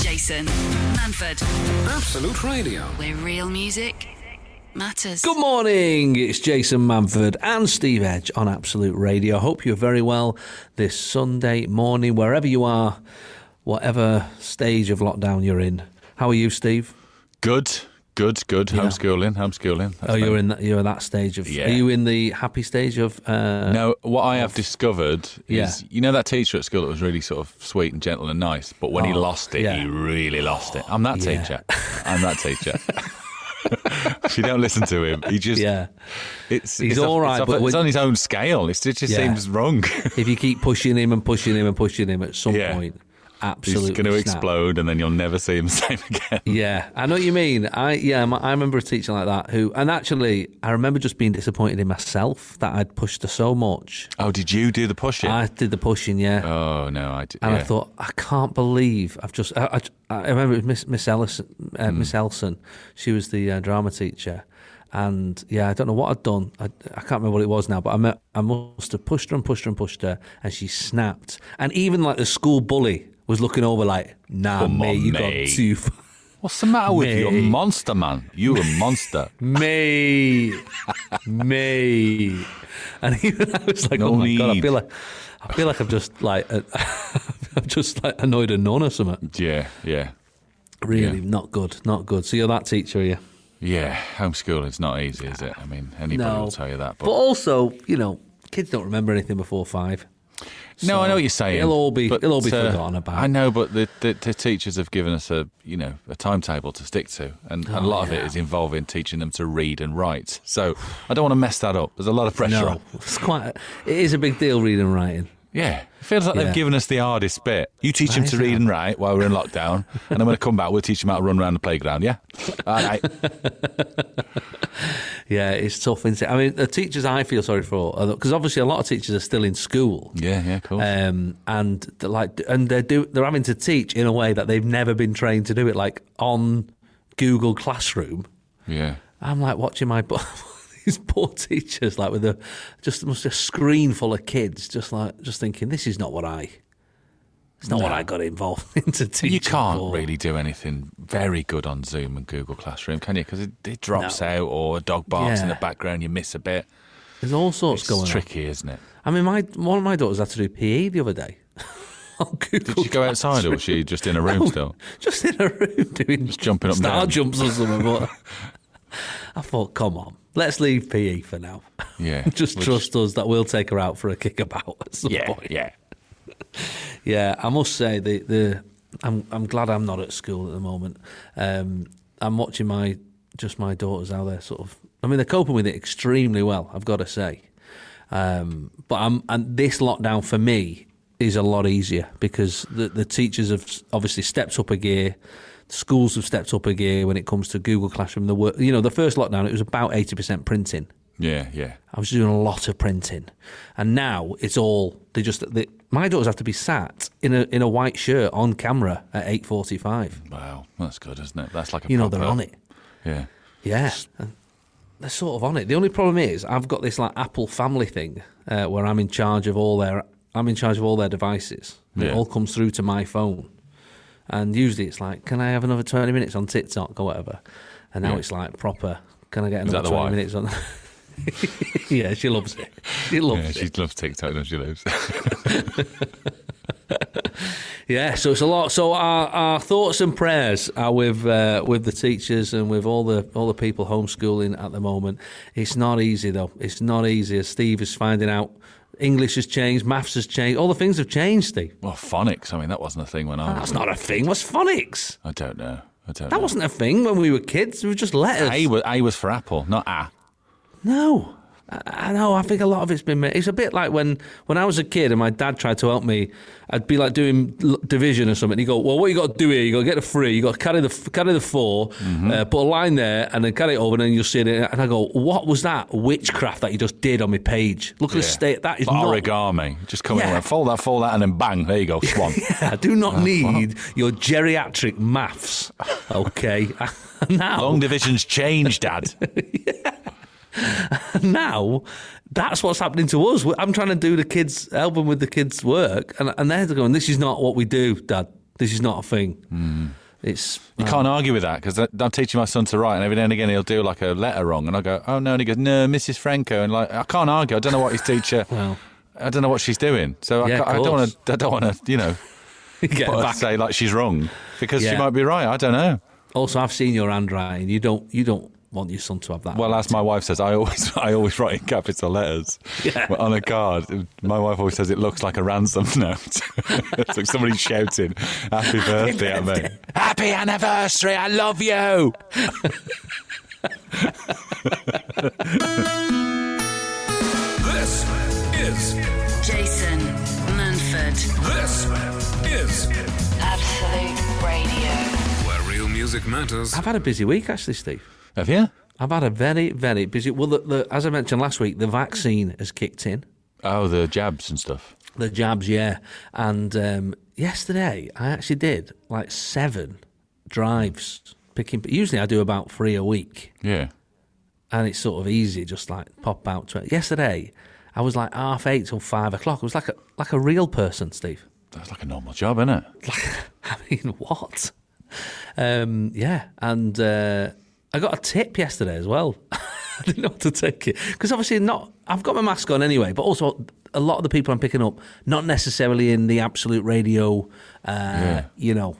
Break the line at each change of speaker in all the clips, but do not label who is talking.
Jason Manford.
Absolute Radio.
Where real music matters.
Good morning. It's Jason Manford and Steve Edge on Absolute Radio. Hope you're very well this Sunday morning, wherever you are, whatever stage of lockdown you're in. How are you, Steve?
Good, good, good. Homeschooling, homeschooling. That's
oh,
me.
you're in that. You're in that stage of.
Yeah.
Are you in the happy stage of? Uh,
Now, what I have discovered is,
Yeah.
you know, that teacher at school that was really sort of sweet and gentle and nice, but when he
Oh,
lost it,
yeah.
he really lost it. I'm that
Yeah.
teacher. I'm that teacher. if you don't listen to him, he just
Yeah.
it's
He's
it's off-
all right,
it's, off-
but
it's
when-
on his own scale. It's, it just
Yeah.
seems wrong.
If you keep pushing him and pushing him and pushing him, at some
Yeah.
point,
He's
absolutely
going to
snap.
explode, and then you'll never see him the same again.
Yeah, I know what you mean. I yeah, my, I remember a teacher like that who, and actually, I remember just being disappointed in myself that I'd pushed her so much.
Oh, did you do the pushing?
I did the pushing, yeah,
oh no, I did.
and I
yeah.
thought I can't believe I've just. I, I, I remember it was Miss Miss Ellison, uh,
Hmm.
Miss Elson. She was the uh, drama teacher, and yeah, I don't know what I'd done. I, I can't remember what it was now, but I met, I must have pushed her and pushed her and pushed her, and she snapped. And even like the school bully was looking over like, "Nah,
Come
mate,
on,
you
mate."
got too far."
What's the matter with you,
Mate.
monster man? You a monster?
me, me, and even I was like,
No
"Oh my god!" I
need.
feel like I feel like I've just like uh, I've just like annoyed a nun or something.
yeah, yeah.
Really,
Yeah.
not good, not good. So you're that teacher, are you?
Yeah, homeschooling's not easy, is it? I mean, anybody will tell you that.
but...
But,
also, you know, kids don't remember anything before five.
no, I know what you're saying.
it'll all be-
but, uh,
it'll all be forgotten about.
I know, but the, the, the teachers have given us a you know a timetable to stick to, and, and a lot
Oh,
of it is involving teaching them to read and write. So I don't want to mess that up. There's a lot of pressure.
No,
on.
it's quite. It is a big deal reading and writing.
Yeah, it feels like
Yeah.
they've given us the hardest bit. You teach them
Right,
to read
yeah.
and write while we're in lockdown, and then when I come back, we'll teach them how to run around the playground. Yeah, all right.
Yeah, it's tough, isn't it? I mean, the teachers I feel sorry for, because obviously a lot of teachers are still in school.
Yeah, yeah, cool.
um, and th- like and they're do they're having to teach in a way that they've never been trained to do it, like on Google Classroom.
yeah.
I'm like watching my bu- these poor teachers, like with a just must a screen full of kids, just like just thinking this is not what I. It's not what I got involved into teaching.
You can't
for.
really do anything very good on Zoom and Google Classroom, can you? Because it, it drops out or a dog barks in
Yeah.
the background, you miss a bit.
There's all sorts
It's
going on.
tricky, isn't it?
I mean, my one of my daughters had to do PE the other day. on Google
Did she go outside or was she just in a room still?
just in a room doing just
jumping up and
star
down.
jumps or something. But I thought, come on, let's leave PE for now.
Yeah,
just
which-
trust us that we'll take her out for a kick about at some
Yeah,
point.
yeah.
Yeah, I must say the the I'm I'm glad I'm not at school at the moment. Um, I'm watching my just my daughters how they're sort of. I mean, they're coping with it extremely well. I've got to say, um, but I'm and this lockdown for me is a lot easier because the the teachers have s- obviously stepped up a gear. Schools have stepped up a gear when it comes to Google Classroom. The work, you know, the first lockdown it was about eighty percent printing.
Yeah, yeah.
I was doing a lot of printing, and now it's all they just. They, my daughters have to be sat in a in a white shirt on camera at eight forty five.
Wow, that's good, isn't it? That's like a
You know
proper-
they're on it.
Yeah.
Yeah, And they're sort of on it. The only problem is I've got this like Apple family thing uh, where I'm in charge of all their I'm in charge of all their devices. And It
Yeah.
all comes through to my phone, and usually it's like, can I have another twenty minutes on TikTok or whatever? And now
Yeah.
it's like proper. Can I get
that
another
the
twenty
wife?
minutes on? yeah, she loves it. She loves
Yeah,
it.
she loves TikTok, doesn't she, Liz?
Yeah, so it's a lot. So our, our thoughts and prayers are with uh, with the teachers and with all the all the people homeschooling at the moment. It's not easy though. It's not easy. As Steve is finding out, English has changed, maths has changed, all the things have changed. Steve,
well, phonics. I mean, that wasn't a thing when I was.
that's not a thing. What's phonics?
I don't know. I don't
That
know.
wasn't a thing when we were kids. We were just letters.
A was, a was for apple, not a.
No. I- I know. I think a lot of it's been. It's a bit like when when I was a kid and my dad tried to help me. I'd be like doing l- division or something. He would go, "Well, what you got to do here? You got to get the three. You got to carry the f- carry the 4 uh, put a line there, and then carry it over, and then you'll see it." And I go, "What was that witchcraft that you just did on my page? Look at the
Yeah.
state. That is
Like
not
origami. Just come in
Yeah.
and went, fold that, fold that, and then bang, there you go, swan.
I do not need your geriatric maths. Okay, now
Long division's changed, Dad.
now that's what's happening to us. I'm trying to do the kids'
Hmm.
album with the kids' work, and, and they're going, "This is not what we do, Dad. This is not a thing." It's
You
um,
can't argue with that because I'm teaching my son to write, and every now and again he'll do like a letter wrong, and I go, "Oh no!" and he goes, "No, Mrs. Franco," and like I can't argue. I don't know what his teacher.
Well.
I don't know what she's doing, so
Yeah,
I,
of
ca- I don't
course.
want to. I don't want to, you know,
get
put her-
back.
say like she's wrong because she
Yeah.
might be right. I don't know.
Also, I've seen your handwriting. You don't you don't want your son to have that.
Well, as my wife says, I always I always write in capital letters
Yeah.
on a card. My wife always says it looks like a ransom note. it's like somebody shouting, "Happy birthday at me! Happy anniversary! I love you!"
This is
Jason Manford.
this is
Absolute Radio.
where real music matters.
I've had a busy week actually, Steve.
Have you?
I've had a very very busy. Well, the, the, as I mentioned last week, the vaccine has kicked in.
Oh, the jabs and stuff.
The jabs, yeah. And um, yesterday, I actually did like seven drives picking. Usually, I do about three a week,
Yeah.
and it's sort of easy, just like pop out to it. Yesterday, I was like half eight till five o'clock. It was like a like a real person, Steve.
That's like a normal job, isn't it?
I mean, what? Um, yeah, and uh, I got a tip yesterday as well. I didn't know how to take it because obviously not. I've got my mask on anyway, but also a lot of the people I'm picking up not necessarily in the Absolute Radio, uh, you know,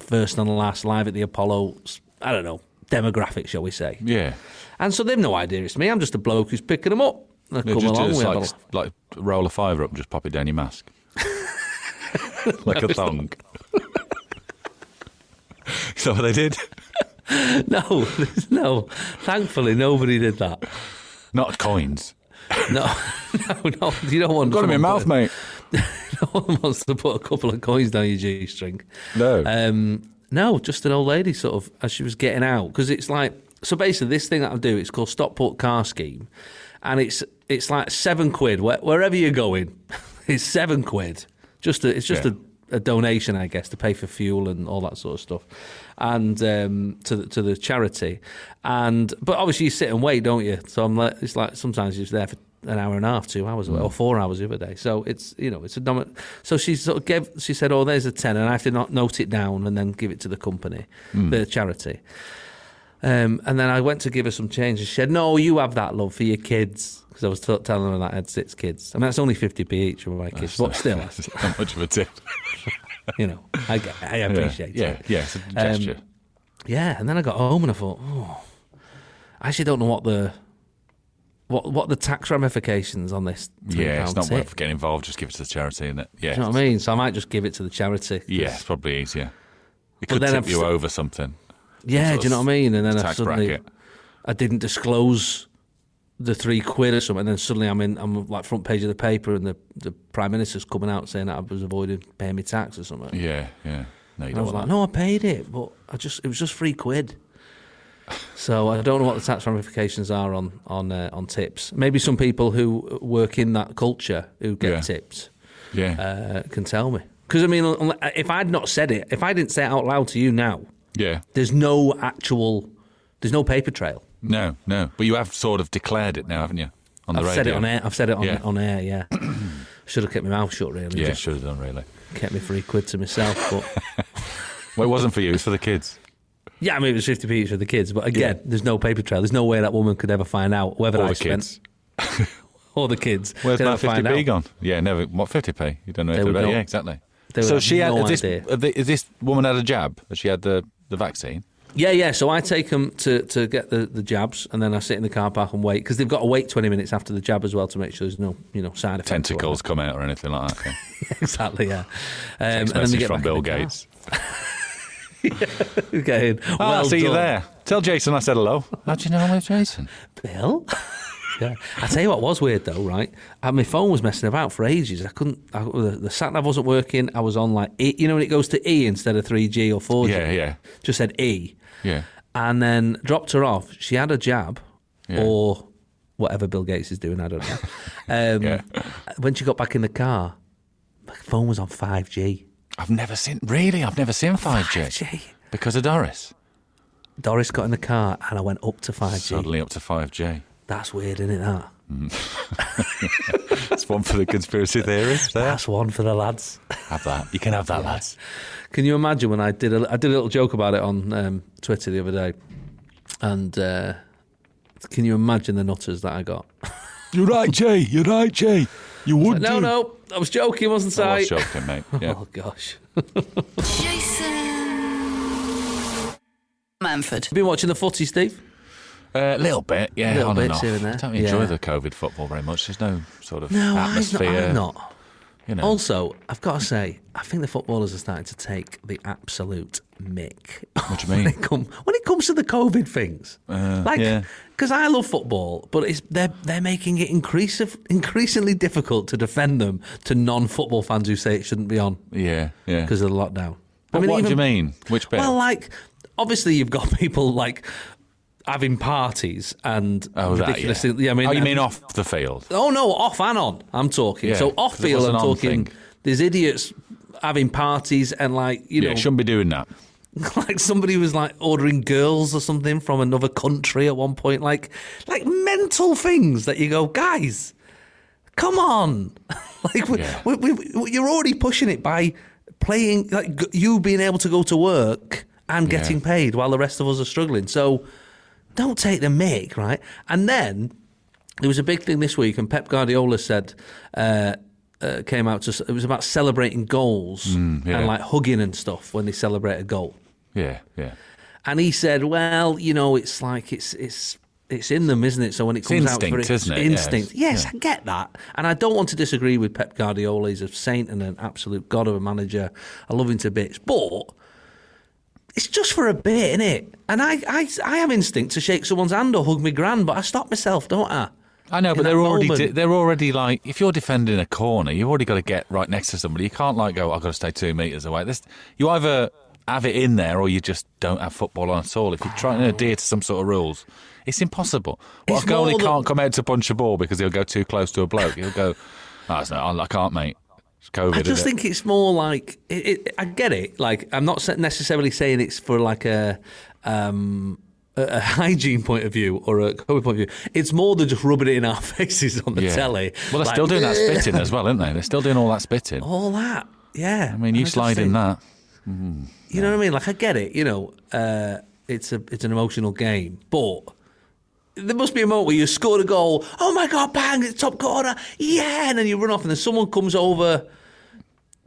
first and last live at the Apollo. I don't know demographic, shall we say?
Yeah.
And so they've no idea it's me. I'm just a bloke who's picking them up. They
Yeah,
come
just do
along.
this,
we have a
like, like roll a fiver up and just pop it down your mask. like a thong. Is that what they did?
No, no. Thankfully, nobody did that.
Not coins.
No, no, no. You don't want.
Got in my
someone
mouth,
put-
mate.
No one wants to put a couple of coins down your g string.
No.
Um, no, just an old lady, sort of, as she was getting out, because it's like so. Basically, this thing that I do, it's called Stockport Car Scheme, and it's it's like seven quid where, wherever you're going. It's seven quid. Just a, it's just
Yeah.
a, a donation, I guess, to pay for fuel and all that sort of stuff, and um, to the, to the charity. And but obviously you sit and wait, don't you? So I'm like, it's like sometimes you're there for an hour and a half, two hours, or four hours the other day. So it's you know it's a dominant. So she sort of gave. She said, "Oh, there's a ten, and I have to not note it down and then give it to the company, the charity." Um, and then I went to give her some change, and she said, "No, you have that love for your kids." Because I was t- telling her that I had six kids. I mean, that's only fifty p each of my kids, but still,
Not much of a tip.
you know, I, get- I appreciate
yeah.
it. Um,
Yeah, yeah, it's a gesture.
Yeah, and then I got home and I thought, oh, I actually don't know what the what what the tax ramifications on this. £3
yeah, it's not
tip.
worth getting involved. Just give it to the charity, isn't it? Yeah.
Do you know what I mean? So I might just give it to the charity. 'cause-
Yeah, it's probably easier. It could
then
tip
I've
you
st-
over something.
yeah. Do you know what I mean? And then I
Tax
suddenly
bracket.
I didn't disclose the three quid or something, and then suddenly I'm in I'm like front page of the paper, and the the prime minister's coming out saying that I was avoiding paying me tax or something.
Yeah, yeah. No,
And I
you don't
was like,
want that.
no, I paid it, but I just it was just three quid. So I don't know what the tax ramifications are on on uh, on tips. Maybe some people who work in that culture who get
Yeah.
tipped
Yeah.
uh, can tell me. Because I mean, unle- if I'd not said it, if I didn't say it out loud to you now,
yeah.
there's no actual, there's no paper trail.
No, no. But you have sort of declared it now, haven't you? On the
I've
radio.
said it on air. I've said it on,
Yeah.
on air. Yeah, should have kept my mouth shut. Really,
Yeah,
just
should have done really.
kept me three quid to myself. But
Well, it wasn't for you. It was for the kids.
Yeah, I mean, it was 50p each for the kids, but again, there's no paper trail. There's no way that woman could ever find out whether
All
I
the
spent
kids.
or the kids.
Where's
They'd
my
never find
50p
out.
gone? Yeah, never. What 50p? You don't know
They
anything
would
about it.
not-
Yeah, exactly.
they would
so
have
she had
no
this.
idea.
uh, the- Is this woman had a jab? Has She had the the vaccine.
Yeah, yeah. So I take them to, to get the, the jabs, and then I sit in the car park and wait because they've got to wait 20 minutes after the jab as well to make sure there's no you know side effects. or
Tentacles come out or anything like that.
whatever. exactly, yeah. Um, and
It's
then they
message
get
from
back in
Bill
the car.
Gates.
Okay, in.
Ah,
well
I'll see
done.
you there. Tell Jason I said hello. How do you know I'm Jason?
Bill? yeah. I tell you what was weird though, right? And my phone was messing about for ages. I couldn't. I, the, the sat nav wasn't working. I was on like e, you know when it goes to E instead of three G or four G.
Yeah, yeah.
Just said E.
Yeah.
And then dropped her off. She had a jab,
Yeah.
or whatever Bill Gates is doing. I don't know. Um,
Yeah.
When she got back in the car, my phone was on five G.
I've never seen really. I've never seen 5G
G.
because of Doris.
Doris got in the car and I went up to five G.
Suddenly up to 5G.
That's weird, isn't it? That.
That's one for the conspiracy theorists. There,
That's one for the lads.
have that. You can have that, lads.
Can you imagine when I did a, I did a little joke about it on um, Twitter the other day, and uh, can you imagine the nutters that I got?
You're right, Jay. You're right, Jay. You would
no, no, I was joking, wasn't
I
I?
was joking, mate. Yeah.
Oh gosh,
Jason Manford.
Have you been watching the footy, Steve?
A Uh, little bit, yeah,
Little
on and
bits
off.
here and there.
I don't enjoy
Yeah.
the COVID football very much. There's no sort of
No, I'm not.
atmosphere.
I'm not.
You know,
Also, I've got to say, I think the footballers are starting to take the absolute mick.
What do you
when
mean?
it, come, when it comes to the COVID things,
Uh,
like,
yeah.
because I love football, but it's they're they're making it increase, increasingly difficult to defend them to non-football fans who say it shouldn't be on
yeah, yeah.
because of the lockdown.
But what do you
even-
mean? Which bit?
Well, like, obviously, you've got people like having parties and
oh, that, yeah.
ridiculous. things- I mean,
oh, you
and-
mean off the field?
Oh no, off and on. I'm talking.
Yeah,
so off
'cause it
field,
was an
I'm
on
talking.
thing.
There's idiots having parties and like you
Yeah,
know,
you shouldn't be doing that.
like somebody was like ordering girls or something from another country at one point. Like, like mental things that you go, guys, come on. like we,
Yeah.
we, we, we- you're already pushing it by playing like g- you being able to go to work and
Yeah.
getting paid while the rest of us are struggling. So don't take the mick, right? And then there was a big thing this week, and Pep Guardiola said, uh, uh, came out to, s- it was about celebrating goals
Mm, yeah.
and like hugging and stuff when they celebrate a goal.
Yeah, yeah.
And he said, "Well, you know, it's like it's it's it's in them, isn't it? So when it comes out for
instinct, isn't it? Yeah, it's-
instinct. yes, I get that, and I don't want to disagree with Pep Guardiola. He's a saint and an absolute god of a manager. I love him to bits, but." It's just for a bit, isn't it? And I, I, I have instinct to shake someone's hand or hug my gran, but I stop myself, don't I?
I know,
In
but
that
they're already
moment.
di- they're already like if you're defending a corner, you've already got to get right next to somebody. You can't like go, I've got to stay two meters away. This you either have it in there or you just don't have football on at all. If you're trying to adhere to some sort of rules, it's impossible. Well,
It's
a goalie
more than-
can't come out to punch a ball because he'll go too close to a bloke. He'll go, oh, it's not, I can't, mate. It's COVID.
I
isn't
just
it?"
think it's more like it, it, I get it. Like I'm not se- necessarily saying it's for like a um, a, a hygiene point of view or a COVID point of view. It's more than just rubbing it in our faces on the
Yeah.
telly.
Well, they're
Like, Oh,
still doing that spitting as well, aren't they? They're still doing all that spitting.
all that. Yeah.
I mean, you slide in that.
You know what I mean? Like I get it. You know, uh, it's a it's an emotional game, but. There must be a moment where you score a goal. Oh my god! Bang! It's top corner. Yeah, and then you run off, and then someone comes over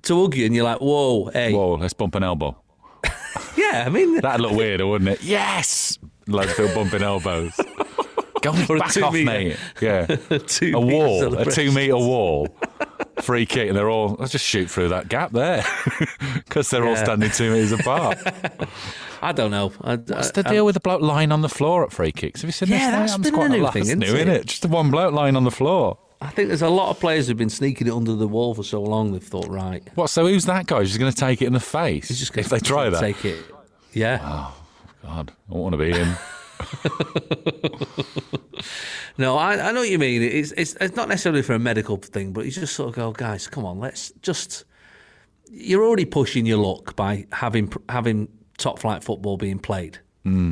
to hug you, and you're like, "Whoa, hey,
Whoa, let's bump an elbow.
yeah." I mean,
That'd look weirder, wouldn't it? Yes! Lads still bumping elbows. Go
a
back
two
off,
metre.
mate. Yeah.
two metre
a wall, a
celebration.
two metre wall. Free kick, and they're all, let's just shoot through that gap there. Because they're all
Yeah.
standing two metres apart.
I don't know. I,
What's
I-
the deal with the bloke lying on the floor at free kicks? Have you seen
Yeah,
this?
that's
I'm
been a
quite
new
laugh.
thing,
It's
isn't
new,
it?
innit? Just the one bloke lying on the floor.
I think there's a lot of players who've been sneaking it under the wall for so long. They've thought, right,
What, so who's that guy? He's going to take it in the face
he's just going
if they try that.
take it. Yeah.
God, I want to be him.
No, I, I know what you mean. It's, it's it's not necessarily for a medical thing, but you just sort of go, guys, come on, let's just. You're already pushing your luck by having pr- having top flight football being played.
Yeah.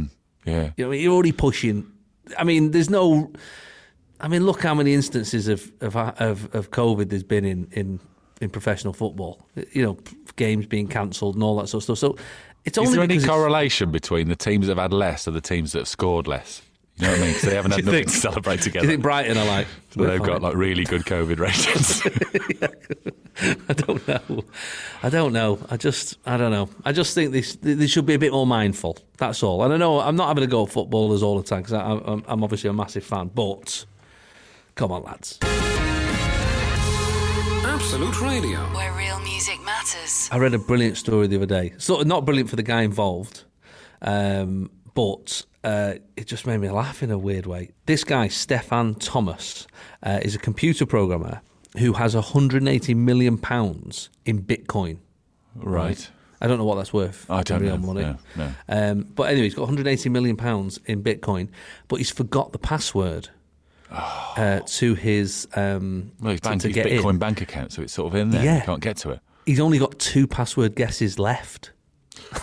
You know, you're already pushing. I mean, there's no. I mean, look how many instances of of of, of COVID there's been in in in professional football. You know, games being cancelled and all that sort of stuff. So it's only
Is there any
because it's-
correlation between the teams that have had less and the teams that have scored less? You know what I mean? Because they haven't had
Do you
nothing
think-
to celebrate
Do
together.
you think Brighton are like?
so
"We're
they've got
fine."
like really good COVID ratings.
I don't know. I don't know. I just, I don't know. I just think they, s- they should be a bit more mindful. That's all. And I know I'm not having a go at footballers all the time because I'm, I'm obviously a massive fan. But come on, lads.
Absolute Radio.
Where real music matters.
I read a brilliant story the other day. Sort of not brilliant for the guy involved, um, but uh, it just made me laugh in a weird way. This guy, Stefan Thomas, uh, is a computer programmer who has 180 million pounds in Bitcoin.
right.
I don't know what that's worth.
I
in
don't
real
know.
money.
No, no.
Um, but anyway, he's got 180 million pounds in Bitcoin, but he's forgot the password uh, to his um,
Oh. Well, his,
to,
bank,
to
his
get
Bitcoin
in.
bank account, so it's sort of in there.
Yeah.
You can't get to it.
He's only got two password guesses left.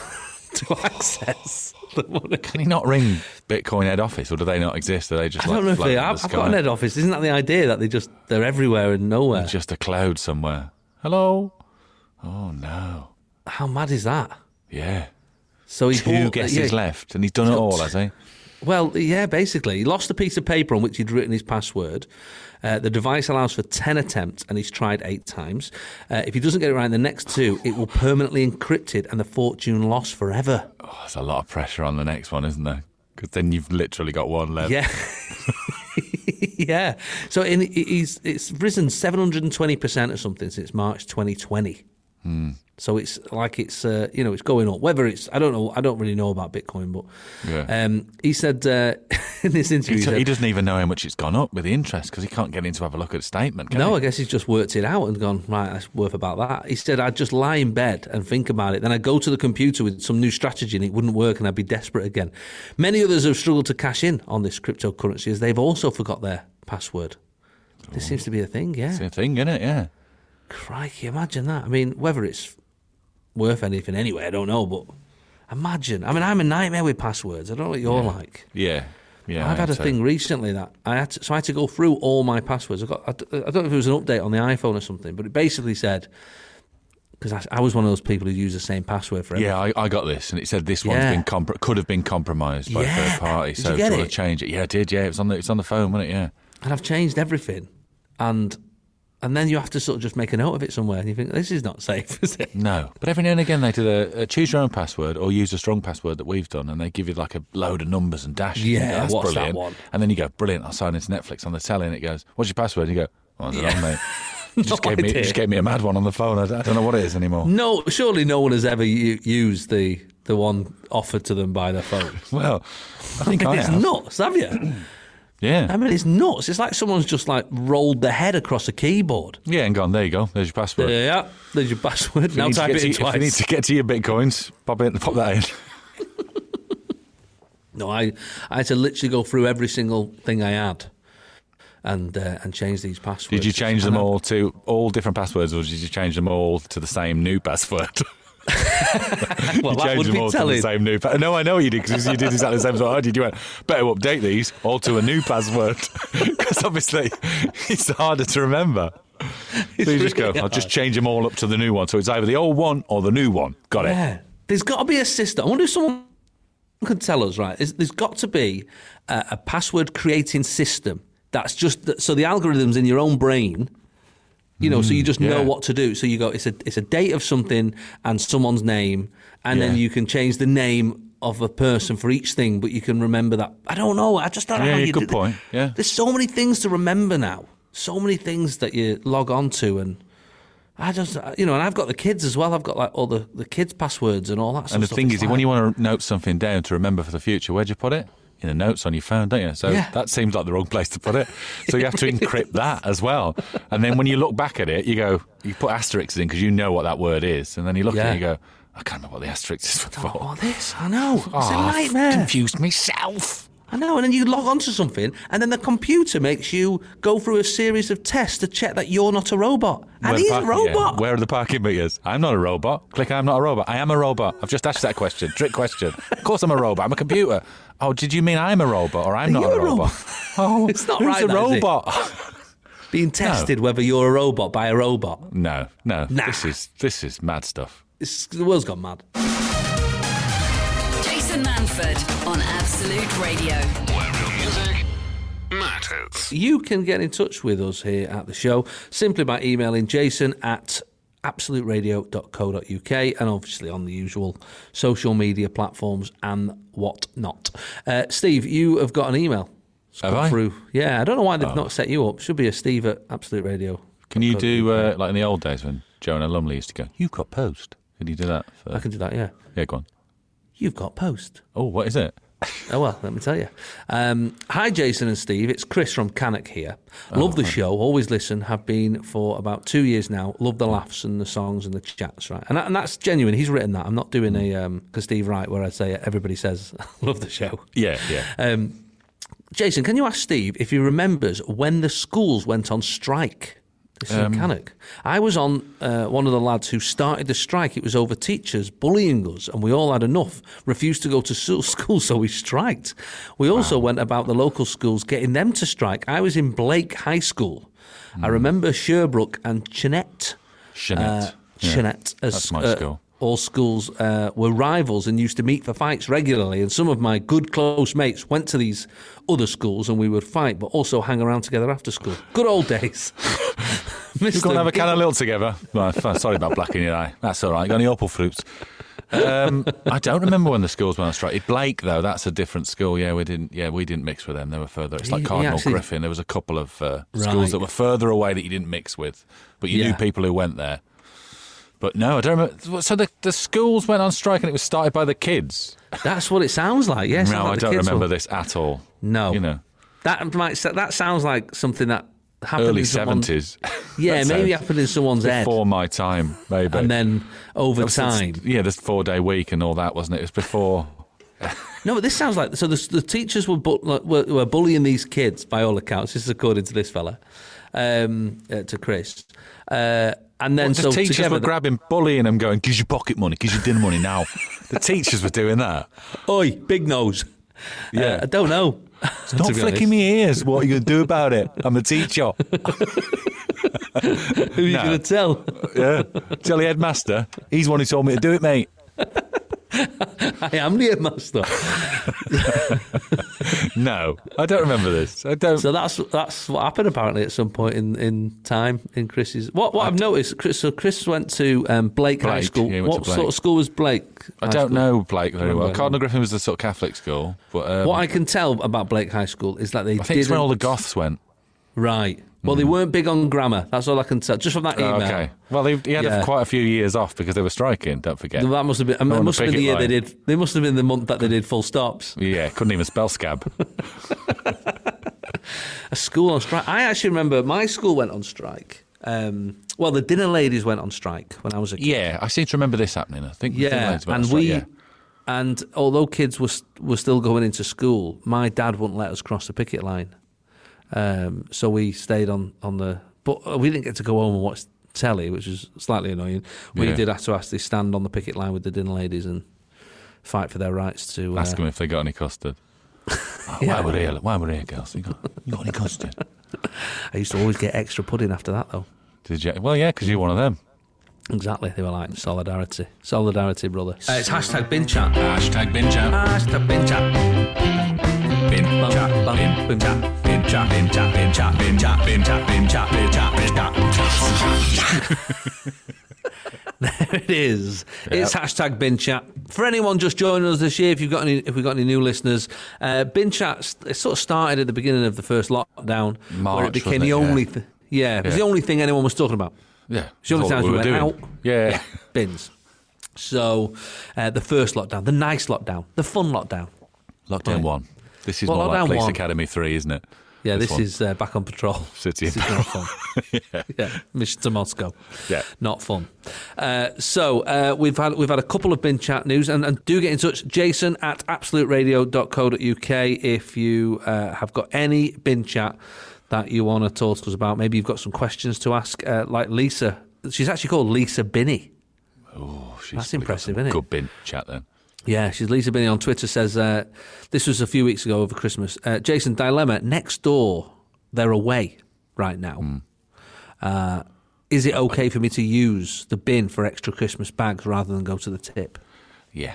to access the money.
Can he not ring Bitcoin head office, or do they not exist? Are they just
I don't know
like
if they
floating in
are.
the
I've
sky?
got an head office. Isn't that the idea that they just they're everywhere and nowhere?
Just a cloud somewhere. Hello. Oh no.
How mad is that?
Yeah.
So he
Two
bought-
guesses
yeah,
left, and he's done it
got
all,
t-
has he?
Well, yeah, basically, he lost a piece of paper on which he'd written his password. Uh, the device allows for 10 attempts, and he's tried eight times. Uh, if he doesn't get it right in the next two, it will permanently encrypted and the fortune lost forever.
Oh, there's a lot of pressure on the next one, isn't there? Because then you've literally got one left.
Yeah. yeah. So in, he's, it's risen 720% or something since March 2020. So it's like it's, uh, you know, it's going up. Whether it's, I don't know, I don't really know about Bitcoin, but
Yeah.
um, he said uh, in this interview.
He,
he
t-
said-
he doesn't even know how much it's gone up with the interest because he can't get in to have a look at a statement. Can
No, I
he?
guess he's just worked it out and gone, right, that's worth about that. He said, I'd just lie in bed and think about it. Then I'd go to the computer with some new strategy and it wouldn't work and I'd be desperate again. Many others have struggled to cash in on this cryptocurrency as they've also forgot their password. This seems to be a thing, yeah.
it's a thing, isn't it? Yeah.
Crikey, imagine that. I mean, whether it's worth anything anyway, I don't know, but imagine. I mean, I'm a nightmare with passwords. I don't know what you're like.
Yeah. Yeah.
I've had
I
a
so.
thing recently that I had to, so I had to go through all my passwords. I got I, d- I don't know if it was an update on the iPhone or something, but it basically said because I, I was one of those people who use the same password for everything.
Yeah, I, I got this, and it said this one's
Yeah.
been compr- could have been compromised by a
Yeah.
third party.
Did
so
you
do
get
you want
it?
to change it? Yeah, I did. Yeah, it was on the it's on the phone, wasn't it? Yeah.
and I've changed everything, and and then you have to sort of just make a note of it somewhere, and you think this is not safe, is it?
No, but every now and again they do the uh, choose your own password or use a strong password that we've done, and they give you like a load of numbers and dashes. You
Yeah,
go, that's
what's that
brilliant.
one?
And then you go, brilliant. I sign into Netflix on the telly, and it goes, what's your password? And you go, oh, I don't know, mate. You just
No
gave me you
idea.
just gave me a mad one on the phone. I, I don't know what it is anymore.
No, surely no one has ever u- used the the one offered to them by their phone.
Well, I think I
it's
have.
nuts, have you?
Yeah,
I mean, it's nuts. It's like someone's just like rolled their head across a keyboard.
yeah, and gone. There you go. There's your password.
Yeah, there's your password.
If you
Now
need to
type
get
it in
to- If you need
twice.
to get to your bitcoins, pop it, pop that in.
No, I, I had to literally go through every single thing I had, and uh, and change these passwords.
Did you change them
And I-
all to all different passwords, or did you change them all to the same new password?
Well,
you
that
changed
would
them
be
all to
telling.
the same new. Pa- no, I know you did because you did exactly the same as what I did. You went better update these all to a new password because obviously it's harder to remember. so you just go.
really
I'll just
hard.
change them all up to the new one. So it's either the old one or the new one. Got it.
Yeah, there's got to be a system. I wonder if someone could tell us. Right, there's, there's got to be a, a password creating system that's just that, so the algorithms in your own brain. You know, so you just
Mm, yeah.
know what to do. So you go, it's a it's a date of something and someone's name, and then
Yeah.
you can change the name of a person for each thing, but you can remember that. I don't know. I just don't know.
Yeah,
how
yeah,
you
good
do-
point. Yeah.
there's so many things to remember now. So many things that you log on to, and I just uh, you know, and I've got the kids as well. I've got like all the the kids' passwords and all that. Sort
And
of
the
stuff.
thing
It's
is, when
like-
you want to note something down to remember for the future, where'd you put it? In the notes on your phone, don't you? So
Yeah.
that seems like the wrong place to put it. So you have to encrypt that as well. And then when you look back at it, you go, you put asterisks in because you know what that word is. And then you look at it and you
Yeah.
go, I can't remember what the asterisk is for.
Oh, this I know. It's a
I've
nightmare.
confused myself.
I know. And then you log on to something, and then the computer makes you go through a series of tests to check that you're not a robot. And
Where the
he's
park-
a
yeah,
robot.
Where are the parking meters? I'm not a robot. Click, I'm not a robot. I am a robot. I've just asked that question. Trick question. Of course I'm a robot. I'm a computer. Oh, did you mean I'm a robot or I'm
Are
not
you
a
a robot?
robot? Oh,
It's not
who's
right,
a
that, is it?
robot?
Being tested whether you're a robot by a robot.
No, no.
Nah.
This is this is mad stuff.
It's, the world's gone mad.
Jason Manford on Absolute Radio.
Where real music matters.
You can get in touch with us here at the show simply by emailing jason at absoluteradio.co.uk and obviously on the usual social media platforms and whatnot. Uh, Steve, you have got an email. It's
Have
come
I? Oh.
Through. Yeah, I don't know why they've not set you up. Should be a Steve at Absolute Radio.
Can you do uh, like in the old days when Joanna Lumley used to go, "You got post"? Can you do that? For,
I can do that, yeah.
Yeah, go on.
You've got post.
Oh, what is it?
Oh, well, let me tell you. Um, hi, Jason and Steve. It's Chris from Cannock here. Love the show. Always listen. Have been for about two years now. Love the laughs and the songs and the chats, right? And, that, and that's genuine. He's written that. I'm not doing a, because Steve Wright, where I say everybody says, love the show.
Yeah, yeah.
Um, Jason, can you ask Steve if he remembers when the schools went on strike? This is mechanic. I was on uh, one of the lads who started the strike. It was over teachers bullying us, and we all had enough. Refused to go to su- school, so we striked. We also went about the local schools getting them to strike. I was in Blake High School. I remember Sherbrooke and Chinette.
Jeanette.
Uh, Chinette. As,
That's my school.
uh, All schools uh, were rivals and used to meet for fights regularly. And some of my good close mates went to these other schools and we would fight, but also hang around together after school. Good old days.
We've
Mr.
gone have a can
Gil-
of little together. Well, f- sorry about black in your eye. That's all right. Got any apple fruits? Um, I don't remember when the schools went on strike. Blake though, that's a different school. Yeah, we didn't. Yeah, we didn't mix with them. They were further. It's
He-
like
he
Cardinal
actually-
Griffin. There was a couple of uh,
Right.
schools that were further away that you didn't mix with, but you knew
Yeah.
people who went there. But no, I don't remember. So the the schools went on strike and it was started by the kids.
That's what it sounds like. Yes. like
no, I
the
don't
kids
remember
one.
this at all.
No.
you know,
That might sa- that sounds like something that happened
early
in someone's-
seventies.
Yeah, maybe happened in someone's head,
before my time, maybe.
and then over
That was
time.
the- yeah, this four day week and all that, wasn't it? It was before.
No, but this sounds like so. The, the teachers were, bu- like, were were bullying these kids by all accounts. This is according to this fella, um, uh, to Chris. Uh, and then
the
so
teachers
together
were grabbing, bullying them, going, "Give your pocket money, give your dinner money now." the teachers were doing that.
Oi, big nose.
Yeah.
Uh, I don't know.
Stop flicking me ears. What are you going to do about it? I'm a teacher.
Who are you
No.
going to tell?
yeah. Tell the headmaster. He's the one who told me to do it, mate.
I am the headmaster.
No, I don't remember this. I don't.
so that's that's what happened apparently at some point in, in time in Chris's. What what I've noticed, Chris. So Chris went to um, Blake, High
Blake,
School.
yeah, he went to
what
Blake.
sort of school was Blake?
I
High
don't
School?
know Blake very well.
Remember.
Cardinal Griffin was the sort of Catholic school, but um,
What I can tell about Blake High School is that they
I think it's
didn't
when all the goths went.
Right. Well, they weren't big on grammar. That's all I can tell. Just from that email.
Mm. Oh, okay. Well, they, he had
Yeah.
quite a few years off because they were striking. Don't forget.
That must have been. I mean,
on
it
the
must have been
picket
the year they
line.
did. They must have been the month that they did full stops.
Yeah, couldn't even spell scab.
A school on strike. I actually remember my school went on strike. Um, well, the dinner ladies went on strike when I was a kid.
Yeah, I seem to remember this happening. I think. I think
Yeah,
loads about
and we,
Australia, yeah.
and although kids were st- were still going into school, my dad wouldn't let us cross the picket line, um, so we stayed on on the. But uh, we didn't get to go home and watch telly, which was slightly annoying. We
Yeah.
did have to actually stand on the picket line with the dinner ladies and fight for their rights to. Uh,
ask them if they got any custard. Oh,
Yeah.
Why were here? Why were here, girls? You got, you got any custard?
I used to always get extra pudding after that, though.
Did you? Well, yeah, because you're one of them.
Exactly, they were like solidarity, solidarity, brother. Uh, it's hashtag bin chat.
Hashtag binge out.
Hashtag bin chat.
Bin
chat, bin- bin chat,
bin chat, bin chat, bin chat, bin chat, bin chat, bin chat, bin chat, bin
It is. It's hashtag bin chat. For anyone just joining us this year, if you've got any, if we've got any new listeners, uh, bin chat s- it sort of started at the beginning of the first lockdown, where
March,
it became
wasn't it?
the
Yeah.
only, th- yeah, it was
Yeah.
the only thing anyone was talking about.
Yeah.
It's the only
that's all
times we,
were
went
doing.
out.
Yeah.
bins. So, uh, the first lockdown, the nice lockdown, the fun lockdown.
Lockdown
Right.
one. This is
Well,
more like
lockdown
Police
one.
Academy three, isn't it?
Yeah, this,
one.
is uh, back on patrol.
City
This
in
is not fun. yeah. mission to Moscow.
Yeah.
not fun. Uh, so uh, we've had we've had a couple of bin chat news, and, and do get in touch. Jason at absoluteradio.co.uk if you uh, have got any bin chat that you want to talk to us about. Maybe you've got some questions to ask, uh, like Lisa. She's actually called Lisa Binney.
Oh, she's
That's
really got
impressive,
some
isn't it?
Good bin chat then.
Yeah, she's Lisa Binney on Twitter says uh, this was a few weeks ago over Christmas. Uh, Jason dilemma next door. They're away right now.
Hmm.
Uh, is it okay for me to use the bin for extra Christmas bags rather than go to the tip?
Yeah.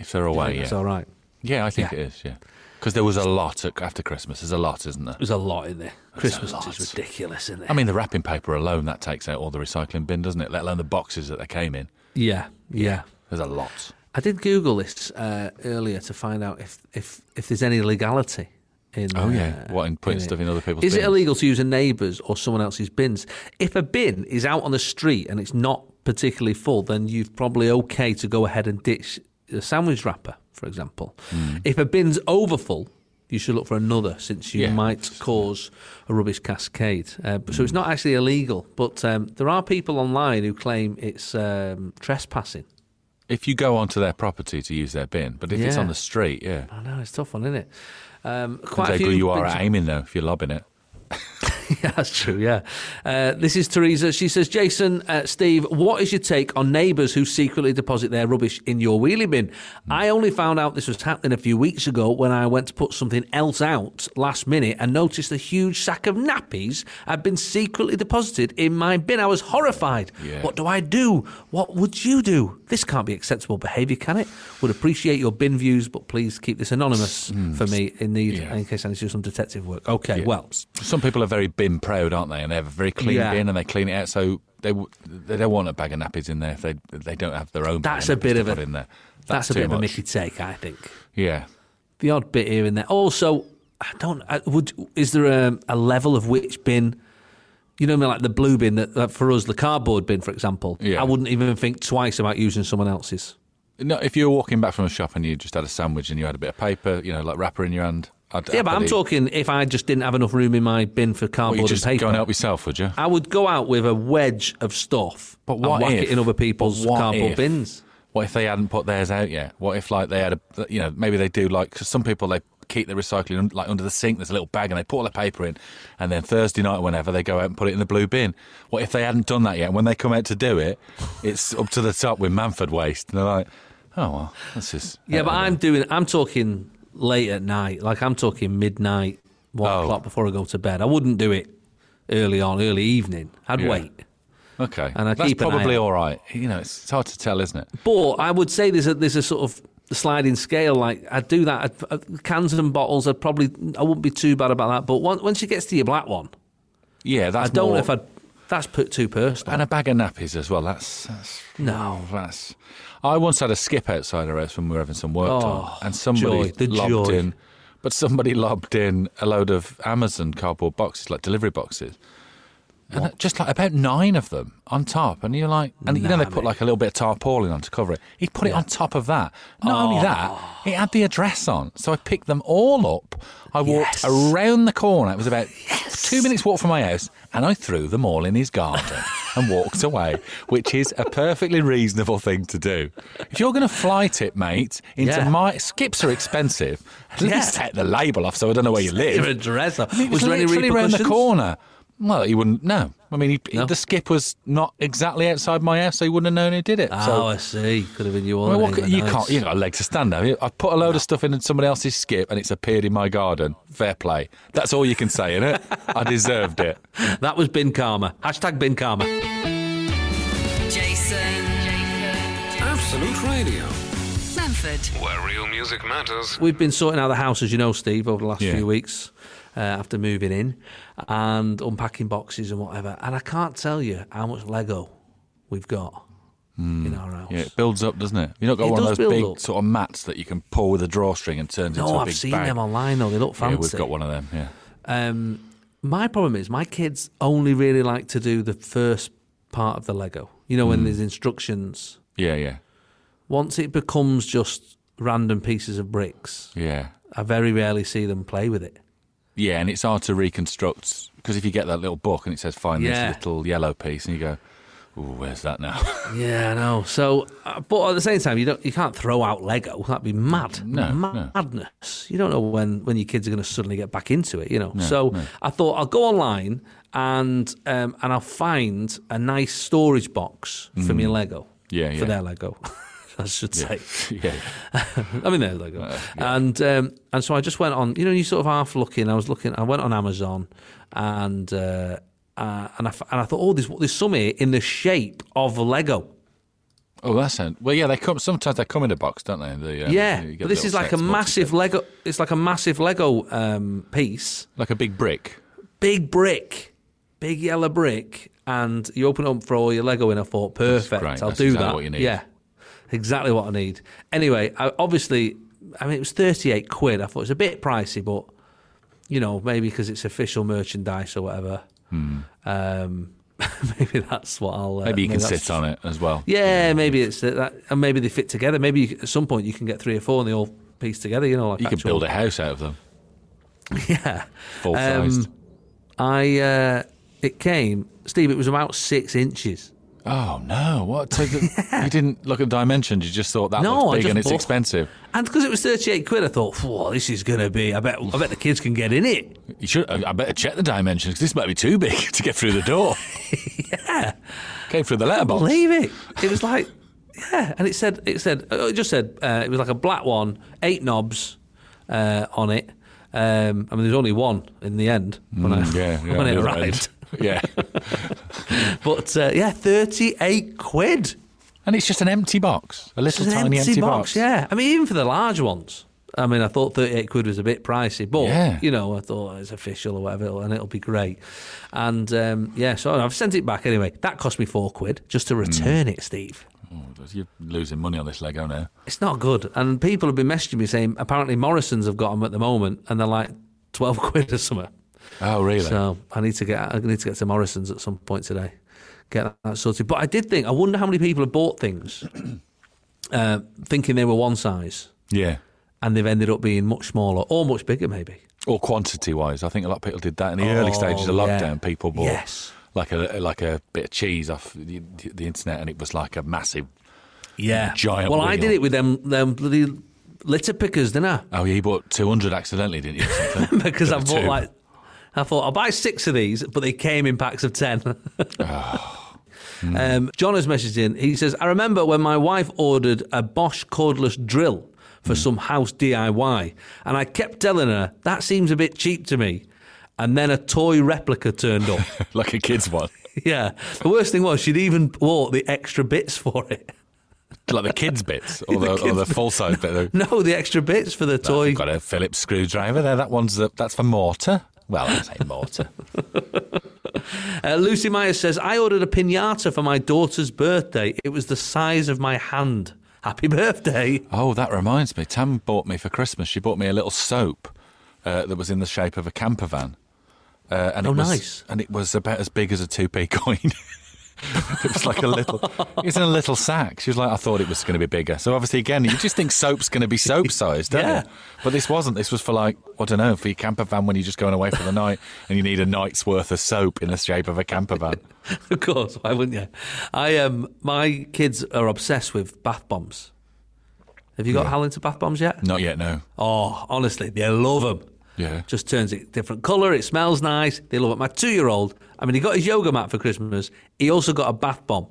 If they're away, yeah.
It's all right.
Yeah, I think
Yeah.
it is. Yeah, because there was a lot at- after Christmas. There's a lot, isn't there?
There's a lot in there. Christmas
lot.
is ridiculous in there.
I mean, the wrapping paper alone that takes out all the recycling bin, doesn't it? Let alone the boxes that they came in.
yeah, yeah.
There's a lot.
I did Google this uh, earlier to find out if, if, if there's any legality in.
Oh, yeah.
uh,
What, in putting stuff
it.
in other people's
Is it
bins?
illegal to use a neighbour's or someone else's bins? If a bin is out on the street and it's not particularly full, then you've probably okay to go ahead and ditch a sandwich wrapper, for example.
Hmm.
If a bin's overfull. You should look for another, since you
Yeah.
might cause a rubbish cascade. Uh, but-
Hmm.
so it's not actually illegal, but um, there are people online who claim it's um, trespassing.
If you go onto their property to use their bin, but if it's
Yeah.
on the street, yeah.
I know it's a tough one, isn't it? Um,
Depends
quite
how
a few.
good you are
bins-
at aiming, though, if you're lobbing it.
yeah, that's true. Yeah. Uh, this is Teresa. She says, Jason, uh, Steve, what is your take on neighbours who secretly deposit their rubbish in your wheelie bin?
Hmm.
I only found out this was happening a few weeks ago when I went to put something else out last minute and noticed a huge sack of nappies had been secretly deposited in my bin. I was horrified.
Yeah.
What do I do? What would you do? This can't be acceptable behaviour, can it? Would appreciate your bin views, but please keep this anonymous for me in need
Hmm. Yeah.
in case I need to do some detective work. Okay,
Yeah.
well.
Some people are very bin proud, aren't they? And they have a very clean
Yeah.
bin and they clean it out. So they w- they don't want a bag of nappies in there if they they don't have their own. bag
That's a
nappies
bit
to
of a-
put in there.
That's, a
too
bit of a
much.
Mickey take, I think.
Yeah,
The odd bit here and there. Also, I don't. I, would is there a, a level of which bin? You know, what I mean, like the blue bin that, that for us, the cardboard bin, for example.
Yeah.
I wouldn't even think twice about using someone else's.
no. If you were walking back from a shop and you just had a sandwich and you had a bit of paper, you know, like wrapper in your hand. I'd
Yeah, but I'm
happily-
talking if I just didn't have enough room in my bin for
Well,
cardboard
you just
and paper.
go and help yourself, would you?
I would go out with a wedge of stuff
But what
and whack
if-
it in other people's
but what
cardboard
if-
bins.
What if they hadn't put theirs out yet? What if like they had a, you know, maybe they do like cause some people they keep their recycling un- like under the sink. There's a little bag and they put all their paper in, and then Thursday night or whenever they go out and put it in the blue bin. What if they hadn't done that yet? And when they come out to do it, it's up to the top with Manford waste, and they're like, oh well, that's just
Yeah, but
Um,
I'm doing. I'm talking late at night. Like I'm talking midnight, one
Oh.
o'clock before I go to bed. I wouldn't do it early on, early evening. I'd
Yeah.
wait.
okay,
and I
that's
keep an eye
probably
out.
all right. You know, it's, it's hard to tell, isn't it?
But I would say there's a there's a sort of sliding scale. Like I'd do that. I'd, uh, cans and bottles. I'd probably I wouldn't be too bad about that. But once once it gets to your black one,
Yeah,
I
that's
don't
more-
know if I'd. That's put too personal.
and a bag of nappies as well. That's, that's
No.
That's. I once had a skip outside our house when we were having some work
Oh,
done, and somebody
joy, the
lobbed
joy.
in, but somebody lobbed in a load of Amazon cardboard boxes, like delivery boxes, and it- just like about nine of them on top. And you're like, and you know
Nah,
they put
mate.
like a little bit of tarpaulin on to cover it. He put it on top of that. Not only that, it had the address on, so I picked them all up. I
Yes.
walked around the corner. It was about two minutes walk from my house, and I threw them all in his garden and walked away, which is a perfectly reasonable thing to do. If you're going to fly tip, mate, into
Yeah.
my skips are expensive. At
Yeah.
least take the label off, so I don't know where you live.
Your address.
I mean, it
Was there any
literally round the
repercussions?
corner? Well, he wouldn't. No, I mean, he,
No?
the skip was not exactly outside my house, so he wouldn't have known who did it.
Oh,
so,
I see. Could have been you all.
I mean,
in
what,
England.
you
Nice.
can't. You got a leg to stand on. I put a load of stuff in somebody else's skip, and it's appeared in my garden. Fair play. That's all you can say, innit? I deserved it.
That was bin karma. Hashtag bin karma.
Jason. Jason.
Absolute Radio,
Manford.
where real music matters.
We've been sorting out the house, as you know, Steve, over the last
Yeah.
few weeks uh, after moving in and unpacking boxes and whatever. And I can't tell you how much Lego we've got in our house.
Hmm. Yeah, it builds up, doesn't it? You've not got
It
one
does
of those
build
big
up.
sort of mats that you can pull with a drawstring and turns into
No,
a
I've
big
seen
bag.
them online though. They look fancy.
Yeah, we've got one of them. Yeah.
Um, my problem is my kids only really like to do the first part of the Lego. You know,
Hmm.
when there's instructions.
Yeah, yeah,
Once it becomes just random pieces of bricks,
yeah,
I very rarely see them play with it.
yeah. And it's hard to reconstruct because if you get that little book and it says find
Yeah.
this little yellow piece, and you go, Ooh, "Where's that now?"
Yeah, I know. So, uh, but at the same time, you don't you can't throw out Lego. That'd be mad,
No, no.
madness. You don't know when when your kids are going to suddenly get back into it. You know. so I thought I'll go online and um, and I'll find a nice storage box for me Lego.
Mm. Yeah,
for
yeah.
their Lego. I should say.
yeah, Uh,
I mean, there's Lego. And um, and so I just went on. You know, you sort of half looking. I was looking. I went on Amazon, and uh, uh, and I f- and I thought, oh, there's there's some here in the shape of Lego.
Oh, that sounds well. Yeah, they come sometimes. They come in a box, don't they? The, um,
Yeah,
you get
but this
little
is like a
text box and
massive
stuff.
Lego. It's like a massive Lego um, piece,
like a big brick.
big brick, big yellow brick, and you open it up for all your Lego. And I thought, perfect,
great.
I'll
That's
do
exactly
that.
what you need.
Yeah, exactly what I need. Anyway, I, obviously, I mean, it was thirty-eight quid. I thought it was a bit pricey, but you know, maybe because it's official merchandise or whatever. Um, maybe that's what I'll. Uh,
Hmm. Maybe you can
that's-
sit on it as well.
Yeah, maybe it's that, that, and maybe they fit together. Maybe you, at some point you can get three or four and they all piece together. You know, like
you can
actual-
build a house out of them,
yeah.
full sized.
Um, I uh, it came, Steve. It was about six inches.
Oh no! What? So the, you didn't look at the dimensions. You just thought that
No, I
looks big
just
and it's
bought-
expensive.
And because it was thirty-eight quid, I thought, "Whoa, this is going to be." I bet, I bet the kids can get in it.
You should. I I better check the dimensions. 'cause This might be too big to get through the door. yeah, came through the letterbox.
Believe it. It was like, yeah, and it said, it said, oh, it just said, uh, it was like a black one, eight knobs uh, on it. Um, I mean, there's only one in the end when I
Mm, Yeah, yeah,
when it
the other
arrived.
end. Yeah,
But uh, yeah, thirty-eight quid.
and it's just an empty box, a little
It's an
tiny
empty, box.
box.
Yeah, I mean, even for the large ones. I mean, I thought thirty-eight quid was a bit pricey, but
Yeah.
you know, I thought "Oh, it's official or whatever, and it'll be great. And um, yeah, so I've sent it back anyway. That cost me four quid just to return it, Steve.
Oh, you're losing money on this Lego now.
It's not good. And people have been messaging me saying apparently Morrison's have got them at the moment, and they're like twelve quid or something.
Oh, really?
So I need to get I need to get to Morrison's at some point today, get that sorted. But I did think I wonder how many people have bought things, uh, thinking they were one size,
yeah.
and they've ended up being much smaller or much bigger, maybe.
Or quantity wise, I think a lot of people did that in the early
Oh,
stages of
yeah.
lockdown. People bought
Yes.
like a like a bit of cheese off the, the internet, and it was like a massive.
Yeah,
Giant
Well, I
wheel.
did it with them them bloody litter pickers, didn't I?
Oh, yeah, you bought two hundred accidentally, didn't you? or something?
Because I
Bit of
bought
two.
like I thought I'll buy six of these, but they came in packs of ten.
Ah. Hmm.
um, John has messaged in. He says, "I remember when my wife ordered a Bosch cordless drill for
Hmm.
some house DIY, and I kept telling her that seems a bit cheap to me." And then a toy replica turned up.
like a kid's one,
yeah, the worst thing was she'd even bought the extra bits for it.
like the kids bits or the, or
kids
the
bit.
full size bit.
No, the extra bits for the toy.
I've got a Phillips screwdriver there. That one's the, that's for mortar. Well, I say mortar.
Uh, Lucy Myers says, I ordered a pinata for my daughter's birthday. It was the size of my hand. Happy birthday.
Oh, that reminds me. Tam bought me for Christmas. She bought me a little soap uh, that was in the shape of a camper van. Uh, and
Oh,
it was,
nice.
And it was about as big as a two p coin. it was like a little. It was in a little sack. She was like, I thought it was going to be bigger. So obviously, again, you just think soap's going to be soap sized, don't
Yeah.
you? But this wasn't. This was for like I don't know for your camper van when you're just going away for the night and you need a night's worth of soap in the shape of a camper van.
of course, why wouldn't you? I um, My kids are obsessed with bath bombs. Have you got Hal into bath bombs yet?
Not yet, no.
Oh, honestly, they love them.
Yeah.
Just turns it different colour, it smells nice. They love it. My two year old, I mean, he got his yoga mat for Christmas. He also got a bath bomb.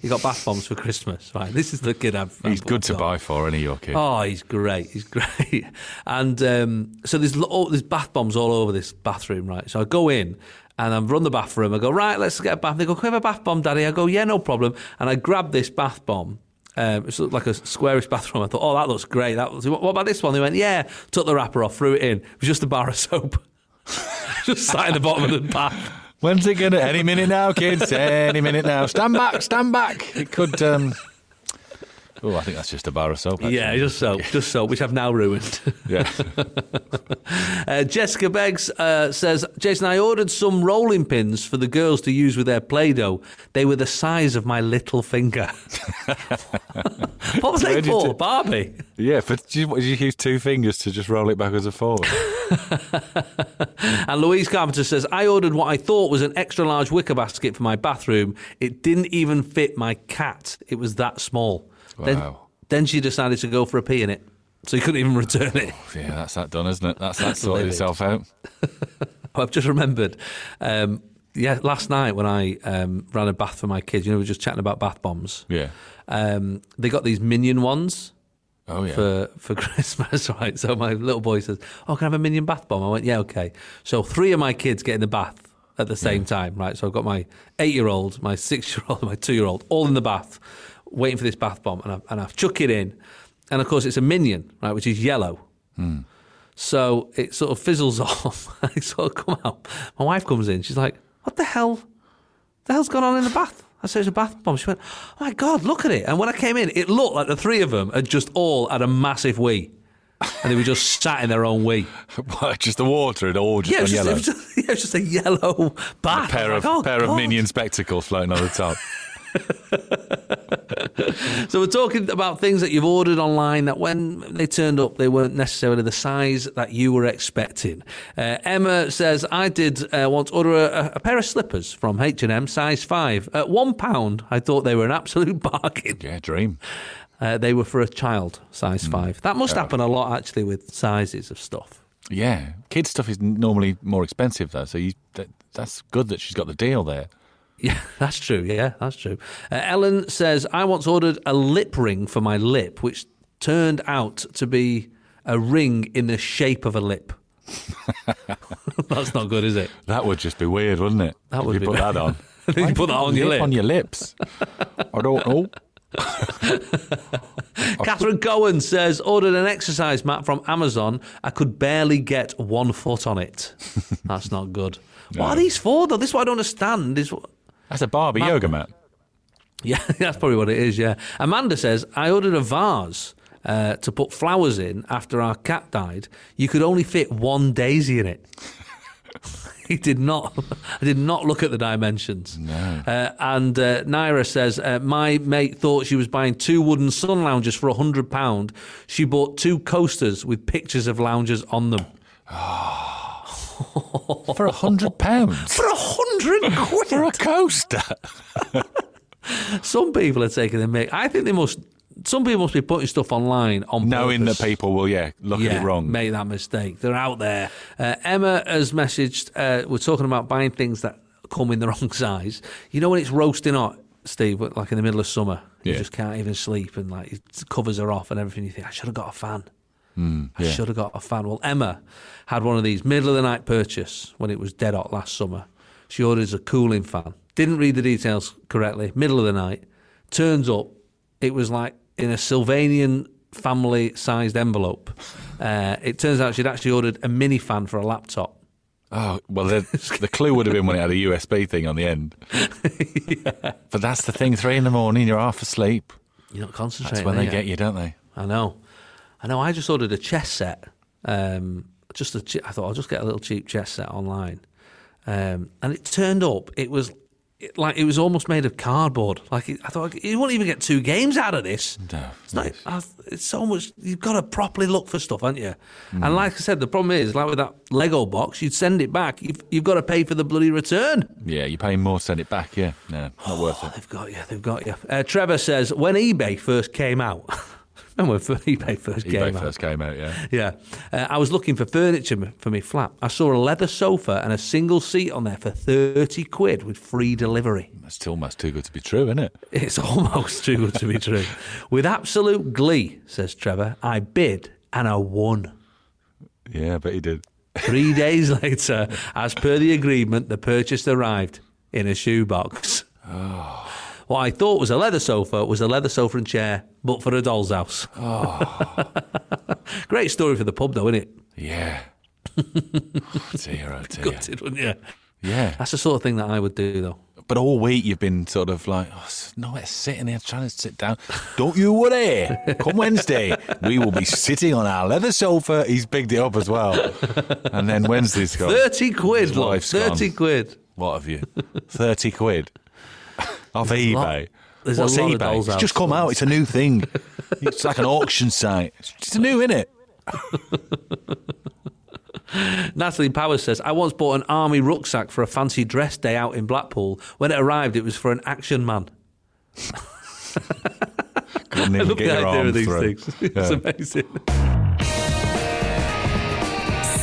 He got bath bombs for Christmas. Right, this is the kid I've.
He's
I've
good to
got.
buy for any your kid.
Oh, he's great. He's great. And um, so there's lo- oh, there's bath bombs all over this bathroom, right? So I go in and I run the bathroom. I go right, let's get a bath. They go, "Can we have a bath bomb, Daddy?" I go, "Yeah, no problem." And I grab this bath bomb. Um, it's like a squarish bathroom. I thought, "Oh, that looks great." That was, what about this one? They went, "Yeah." Took the wrapper off, threw it in. It was just a bar of soap. just sat in the bottom of the bath.
When's it gonna? Any minute now, kids. Any minute now. Stand back. Stand back. It could. Um... Oh, I think that's just a bar of soap. Actually.
Yeah, just soap, just soap, which I've now ruined.
yeah.
Uh, Jessica Beggs uh, says, Jason, I ordered some rolling pins for the girls to use with their Play Doh. They were the size of my little finger. what was
Where
they
did
for?
you-
Barbie.
yeah. But did you, what, did you use two fingers to just roll it backwards and forwards?
And Louise Carpenter says, I ordered what I thought was an extra large wicker basket for my bathroom. It didn't even fit my cat, it was that small. Then,
Wow.
then she decided to go for a pee in it. So you couldn't even return it.
yeah, that's that done, isn't it? That's that sorted
Livid.
itself out.
I've just remembered. Um, yeah, last night when I um, ran a bath for my kids, you know, we were just chatting about bath bombs.
Yeah.
um, they got these minion ones
Oh yeah.
for, for Christmas, right? So my little boy says, Oh, can I have a minion bath bomb? I went, Yeah, okay. So three of my kids get in the bath at the same time, right? So I've got my eight year old, my six year old, my two year old, all in the bath, waiting for this bath bomb. And I, and I chuck it in. And of course, it's a minion, right? Which is yellow. So it sort of fizzles off. and it sort of come out. My wife comes in. She's like, "What the hell? The hell's gone on in the bath?" I said, "It's a bath bomb." She went, "Oh my god, look at it!" And when I came in, it looked like the three of them had just all had a massive wee, and they were just sat in their own wee.
What, just the water had all just
Yeah, it
gone
was just,
yellow.
it was just, yeah, it was just a yellow bath.
pair
I was
of
like, "Oh,
pair of
God."
minion spectacles floating on the top.
So we're talking about things that you've ordered online that when they turned up, they weren't necessarily the size that you were expecting. Uh, Emma says, I did uh, once order a, a pair of slippers from H&M, size 5. At £1, pound, I thought they were an absolute bargain.
Yeah, dream.
Uh, they were for a child, size 5. That must happen a lot, actually, with sizes of stuff.
Yeah, kids stuff is normally more expensive though, so you that, that's good that she's got the deal there.
Yeah, that's true. Yeah, that's true. Uh, Ellen says, I once ordered a lip ring for my lip, which turned out to be a ring in the shape of a lip. that's not good, is it?
That would just be weird, wouldn't it?
That
If
would
you
be
put
bad.
that on.
If you
Why
put that
have
on your lip.
on your lips. I don't know.
Catherine Cohen says, ordered an exercise mat from Amazon. I could barely get one foot on it. That's not good. What are these for, though? This is what I don't understand. Is what...
That's a Barbie yoga mat.
Yeah, that's probably what it is, yeah. Amanda says, I ordered a vase uh, to put flowers in after our cat died. You could only fit one daisy in it. He did not. I did not look at the dimensions. No. Uh, and uh, Naira says uh, my mate thought she was buying two wooden sun loungers for a hundred pound. She bought two coasters with pictures of loungers on them
For a hundred pounds.
for a hundred
For
quid.
a coaster.
Some people are taking the mic. I think they must. Some people must be putting stuff online on
Knowing
purpose.
that people will, yeah, look
yeah,
at it wrong.
Make that mistake. They're out there. Uh, Emma has messaged. Uh, we're talking about buying things that come in the wrong size. You know when it's roasting hot, Steve, like in the middle of summer, you
Yeah.
just can't even sleep, and like its covers are off and everything. You think I should have got a fan. I should have got a fan. Well, Emma had one of these middle of the night purchase when it was dead hot last summer. She orders a cooling fan. Didn't read the details correctly. Middle of the night, turns up. It was like in a Sylvanian family sized envelope. Uh, it turns out she'd actually ordered a mini fan for a laptop.
Oh well, the, the clue would have been when it had a USB thing on the end. But that's the thing. Three in the morning, you're half asleep.
You're not concentrating.
That's when they
are
get you, don't they?
I know. I know. I just ordered a chess set. Um, just a che- I thought I'll just get a little cheap chess set online, um, and it turned up. It was it, like it was almost made of cardboard. Like it, I thought you won't even get two games out of this.
No,
It's not. I, it's so much. You've got to properly look for stuff, haven't you? And like I said, the problem is like with that Lego box, you'd send it back. You've, you've got to pay for the bloody return.
Yeah, you're paying more, send it back. Yeah, no, not worth it.
They've got you. They've got you. Uh, Trevor says when eBay first came out. Remember when eBay first
eBay
came out?
first came out, yeah.
Yeah. Uh, I was looking for furniture m- for me flat. I saw a leather sofa and a single seat on there for 30 quid with free delivery.
That's still almost too good to be true, isn't it?
It's almost too good to be true. With absolute glee, says Trevor, I bid and I won.
Yeah, I bet he did.
Three days later, as per the agreement, the purchase arrived in a shoebox. What I thought was a leather sofa was a leather sofa and chair, but for a doll's house. Great story for the pub, though, isn't it?
Yeah. Oh, dear, oh dear.
Gutted, wouldn't you?
Yeah.
That's the sort of thing that I would do, though.
But all week you've been sort of like, oh, s- no, it's sitting here trying to sit down. Don't you worry. Come Wednesday, we will be sitting on our leather sofa. He's bigged it up as well. And then Wednesday's gone.
30 quid,
His
love.
wife's
30
gone.
quid.
What have you? 30 quid off eBay.
lot- there's a
What's
lot of
eBay?
dolls
it's
out
just come out. It's a new thing. it's like an auction site. It's just new, isn't it?
Natalie Powers says, I once bought an army rucksack for a fancy dress day out in Blackpool. When it arrived, it was for an action man.
Couldn't
I
even
love
get
the idea
your arm
of these
through.
things. It's amazing.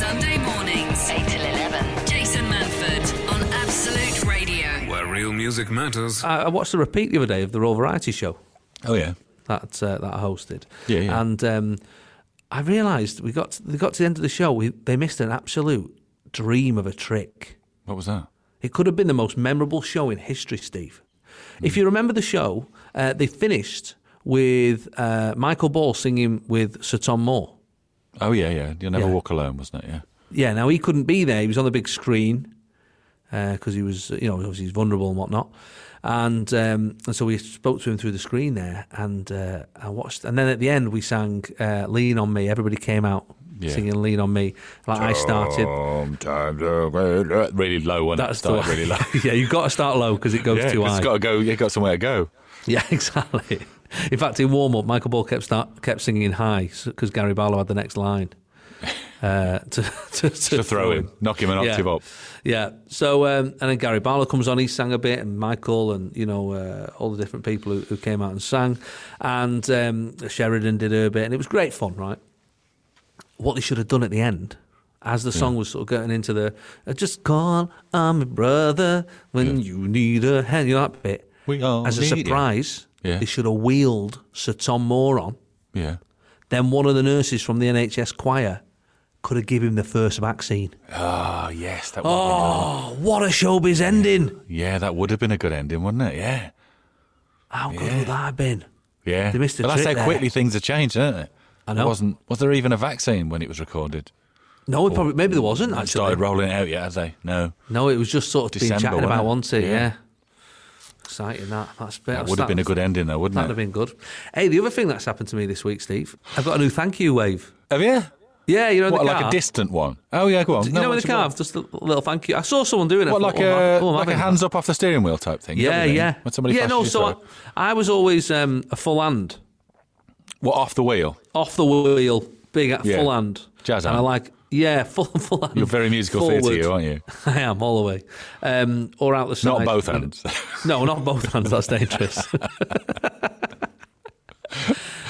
Sunday mornings,
8 till 11.
Jason Manford on Absolute Radio.
Where real music matters.
I, I watched the repeat the other day of the Raw Variety Show
Oh yeah.
that uh, that I hosted.
Yeah, yeah.
And um, I realised we got to, they got to the end of the show. We, they missed an absolute dream of a trick.
What was that?
It could have been the most memorable show in history, Steve. If you remember the show, uh, they finished with uh, Michael Ball singing with Sir Tom Moore.
Oh yeah, yeah. You'll never
Yeah.
walk alone, wasn't it? Yeah.
Yeah, now he couldn't be there. He was on the big screen because he was, you know, obviously he's vulnerable and whatnot. And, um, and so we spoke to him through the screen there, and uh, I watched. And then at the end, we sang uh, "Lean on Me." Everybody came out
Yeah. Oh,
singing "Lean on Me." Like I started.
Sometimes I- really low one.
That's the
Start
one.
really low.
yeah, you've got to start low because it goes
yeah,
too
'cause
high.
it's got to go. It got somewhere to go.
Yeah, exactly. In fact, in warm up, Michael Ball kept start, kept singing high because Gary Barlow had the next line uh, to, to, to,
to throw him, knock him an
Yeah.
octave up.
Yeah. So um, and then Gary Barlow comes on. He sang a bit, and Michael, and you know uh, all the different people who, who came out and sang, and um, Sheridan did her bit, and it was great fun, right? What they should have done at the end, as the song was sort of getting into the, uh, just call on my brother when you need a hand, you know that bit.
We all
as a
need you.
surprise,
Yeah.
they should have wheeled Sir Tom Moore on.
Yeah.
Then one of the nurses from the NHS choir could have given him the first vaccine.
Oh, yes, that would have
Oh, what a showbiz ending!
been, yeah, that would have been a good ending, wouldn't it? Yeah.
How good would that have been?
Yeah.
They missed a
well, that's
trick
how
there.
quickly things have changed, isn't it?
I
There
know.
wasn't was there even a vaccine when it was recorded?
No, it probably maybe there wasn't
They
actually.
started rolling Oh, it out yet, had they? No.
No, it was just sort of being
December,
chatted about,
wasn't
wasn't
it?
it? Yeah.
Yeah.
Exciting that. That's bit.
That would have been a good ending though, wouldn't
That'd
it?
have been good. Hey, the other thing that's happened to me this week, Steve, I've got a new thank you wave.
Have you?
Yeah, you know, in
What,
the
like
car.
a distant one? Oh yeah, go on.
You
No,
know, in
what's
the
your-
car, just a little thank you. I saw someone doing it.
What,
I
like
thought, oh, I'm-
a
oh, I'm
like a
having that.
hands up off the steering wheel type thing? is that what
Yeah,
you mean?
yeah.
When somebody
yeah,
flashes
no.
you
So I,
through.
I was always um, a full hand,
what off the wheel?
off the wheel, big at
Yeah.
full hand,
Jazz
and I
hand.
like yeah, full full hand.
You're very musical
forward.
theatre, you, aren't you?
I am all the way, um, or out the side.
Not both hands.
Um, No, not both hands. That's dangerous.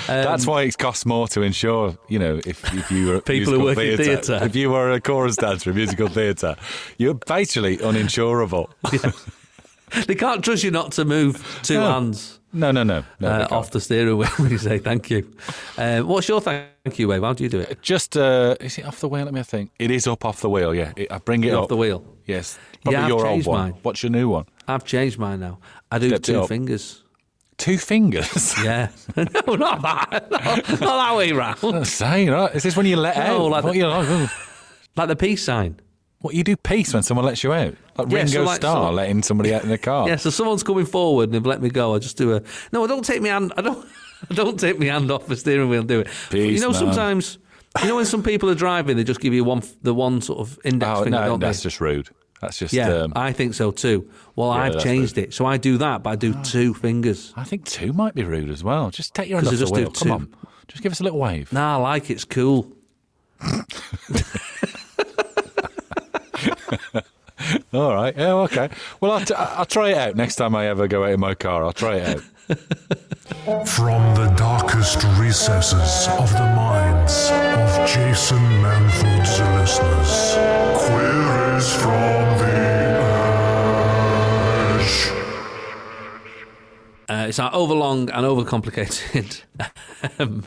That's why it costs more to insure. You know, if, if you were at
People who
musical
work in
theatre-
theatre.
if you were a chorus dancer in musical theatre, you're basically uninsurable.
they can't trust you not to move two
No.
hands
No, no, no, no.
uh,
they can't.
off the steering wheel when you say thank you. Um, what's your thank you wave? How do you do it?
Just uh, is it off the wheel? Let me think. It is up off the wheel. Yeah, it, I bring it
Off
up.
the wheel.
Yes, probably
I've
your old
changed
one.
mine.
What's your new one?
I've changed mine now. I do
Stepped it
two
up.
fingers.
Two fingers.
Yeah, no, not that. Not, not that way round.
Say, right? Is this when you let
No,
out?
Oh, like
what,
the-
you like, "Ooh."
Like the peace sign.
What, you do peace when someone lets you out, like
Yeah, so
Ringo
like-
Starr
so-
letting somebody out in the car.
Yeah, so someone's coming forward and they've let me go. I just do a no. I don't take my hand. I don't. I don't take my hand off the steering wheel and do it.
Peace,
you know,
man.
sometimes you know when some people are driving, they just give you one the one sort of index
Oh
finger,
no,
don't they?
that's just rude. That's just.
yeah,
um,
I think so too. Well, I've
that's
changed it, so I do that, but I do two fingers.
I think two might be rude as well. Just take your hand off
'Cause
the
they
wheel.
just
Come
do
on, just give us a little wave.
Nah, I like it's cool.
All right. Yeah. Okay. Well, I'll, t- I'll try it out next time I ever go out in my car. I'll try it out.
From the darkest recesses of the minds of Jason Manford's listeners, queries from the Ash.
Uh, it's our overlong and overcomplicated um,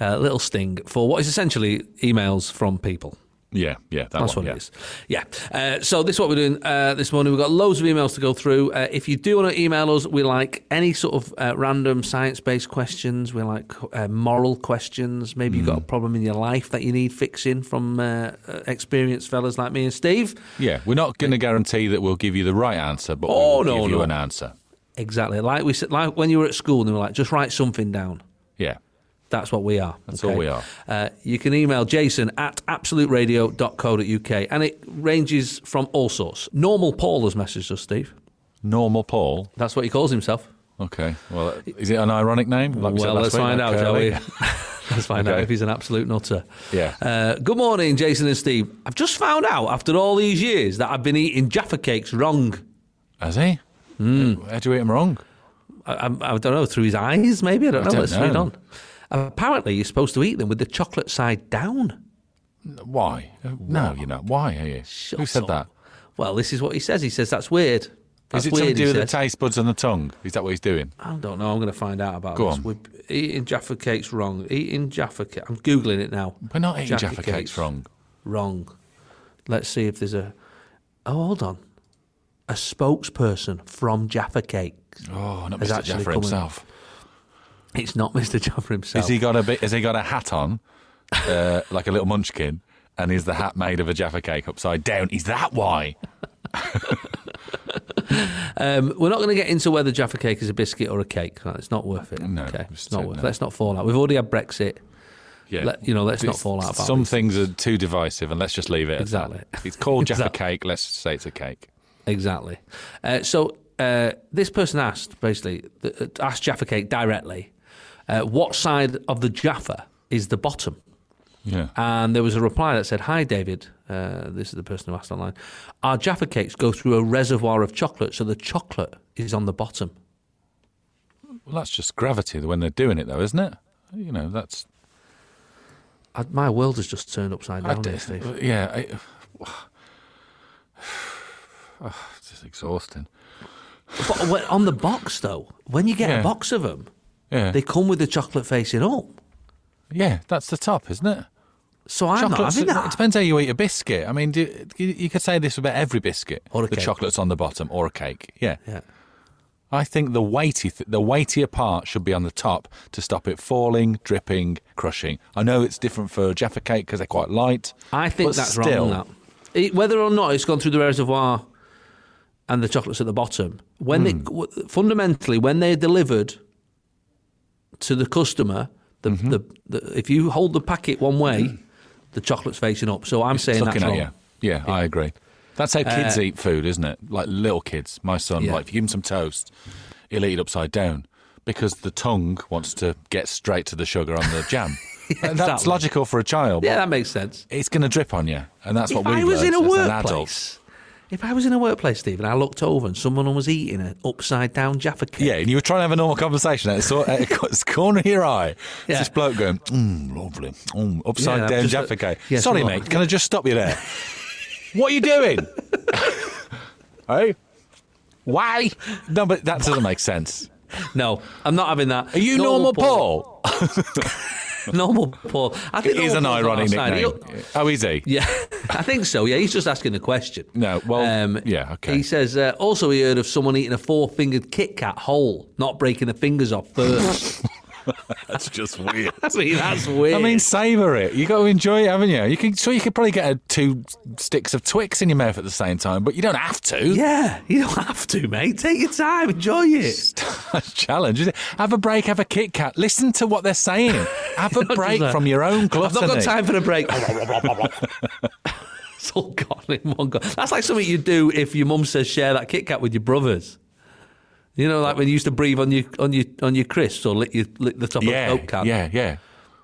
uh, little sting for what is essentially emails from people.
Yeah. Yeah. That
That's
one,
what
yeah.
it is. Yeah. Uh, so this is what we're doing uh, this morning. We've got loads of emails to go through. Uh, if you do want to email us, we like any sort of uh, random science-based questions. We like uh, moral questions. Maybe
Mm.
you've got a problem in your life that you need fixing from uh, uh, experienced fellas like me and Steve.
Yeah. We're not going to guarantee that we'll give you the right answer, but
Oh,
we'll
no,
give you
no.
an answer.
Exactly. Like we said, like when you were at school, and they were like, just write something down.
Yeah.
That's what we are.
That's all we are.
Uh, you can email jason at absoluteradio.co.uk and it ranges from all sorts. Normal Paul has messaged us, Steve.
Normal Paul.
That's what he calls himself.
Okay. Well, is it an ironic name? Like we said
well, let's
last week,
find
like
out, shall we?
Curly?
let's find out
Okay.
if he's an absolute nutter.
Yeah.
Uh, good morning, Jason and Steve. I've just found out after all these years that I've been eating Jaffa cakes wrong.
Has he? How do you eat him wrong?
I, I, I don't know, through his eyes, maybe? I don't know.
don't
let's read
know.
on. Apparently, you're supposed to eat them with the chocolate side down.
Why? No, you know why are you?
Shut
Who said
up.
that?
Well, this is what he says. He says that's weird.
Is
That's
it
weird,
something to do
he
with the
says.
taste buds and the tongue? Is that what he's doing?
I don't know. I'm going to find out about
Go
this.
on.
We're eating Jaffa cakes wrong. Eating Jaffa cake. I'm googling it now.
We're not eating Jaffa, cakes. wrong.
Wrong. Let's see if there's a. Oh, hold on. A spokesperson from Jaffa Cakes.
Oh, not
Has
Mr.
actually
Jaffa
come in.
himself.
It's not Mr. Jaffa himself.
Has he got a bit? Has he got a hat on, uh, like a little munchkin? And is the hat made of a Jaffa cake upside down? Is that why?
Um, we're not going to get into whether Jaffa Cake is a biscuit or a cake. No, It's not worth it.
No,
okay.
it's
it's not
not-
worth.
no.
it. Let's not fall out. We've already had Brexit.
Yeah,
Let- you know, let's not fall out about
Some
these
things are too divisive, and let's just leave it. at that.
Exactly.
It's called Jaffa
Exactly.
cake. Let's say it's a cake.
Exactly. Uh, so uh, this person asked basically th- uh, asked Jaffa Cake directly, uh, what side of the Jaffa is the bottom?
Yeah.
And there was a reply that said, Hi, David. Uh, this is the person who asked online. Our Jaffa cakes go through a reservoir of chocolate, so the chocolate is on the bottom.
Well, that's just gravity when they're doing it, though, isn't it? You know, that's.
I, my world has just turned upside
I
down
d-
here, Steve.
yeah. I, Ah, it's just exhausting.
but when- on the box, though, when you get
Yeah.
a box of them,
Yeah.
they come with the chocolate facing up.
yeah, that's the top, isn't it?
So I'm not
Chocolate's-
having
It
that.
depends how you eat a biscuit. I mean, do, you, you could say this about every biscuit.
Or a
the
cake.
chocolate's on the bottom, or a cake. Yeah.
Yeah.
I think the weighty, th- the weightier part should be on the top to stop it falling, dripping, crushing. I know it's different for Jaffa cake because they're quite light.
I think
but
that's wrong.
still,
That It- whether or not it's gone through the reservoir and the chocolate's at the bottom, when
Hmm.
they w fundamentally when they're delivered to the customer, the,
Mm-hmm.
the, the if you hold the packet one way, the chocolate's facing up. So I'm saying
It's
that's
looking
wrong.
at you. Yeah, I agree. That's how kids eat food, isn't it? Like little kids. My son,
Uh, Yeah.
like if you give him some toast, he'll eat it upside down because the tongue wants to get straight to the sugar on the jam. And that's
exactly.
logical for a child.
Yeah,
but
that makes sense.
It's going to drip on you, and that's
If
what we
I was in a
as an adult.
workplace, if I was in a workplace, Steve, and I looked over and someone was eating an upside down jaffa cake,
Yeah, and you were trying to have a normal conversation. At the corner of your eye,
Yeah.
it's this bloke going, mm, lovely, mm, upside
Yeah, I've
down
just-
Jaffa cake.
Yeah,
Sorry,
something
mate,
like-
can I just stop you there? what are you doing? hey? Why? No, but that doesn't make sense.
no, I'm not having that.
Are you normal, Paul?
Normal Paul. I think
It is
normal Paul's
an
on our
ironic
side. He
nickname.
looked-
Oh, is he?
Yeah, I think so. Yeah, he's just asking the question. Um,
No, well, yeah, okay.
He says, uh, also, he heard of someone eating a four fingered Kit Kat whole, not breaking the fingers off first.
That's just weird.
I mean, that's weird.
I mean, savour it. You got to enjoy it, haven't you? You can sure you could probably get a, two sticks of Twix in your mouth at the same time, but you don't have to.
yeah, you don't have to, mate. Take your time, enjoy it.
challenge. is it? Have a break, have a Kit Kat. Listen to what they're saying. Have a
Not
break
just that.
from your own
I've
gluttony.
not got time for a break. it's all gone in one go. That's like something you do if your mum says share that Kit Kat with your brothers. You know, like when you used to breathe on your on your on your crisps or lick your lick the top
Yeah,
of a Coke can.
yeah, yeah.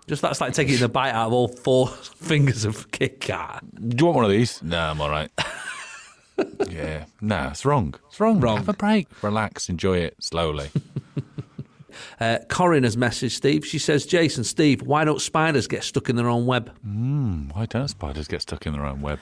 Just that's like taking a bite out of all four fingers of Kit Kat.
Do you want one of these? No, I'm all right. yeah, no, it's wrong. It's wrong.
Wrong.
Have a break. Relax. Enjoy it slowly.
Uh, Corin has messaged Steve. She says, Jason, Steve, why don't spiders get stuck in their own web?
Why don't spiders get stuck in their own web?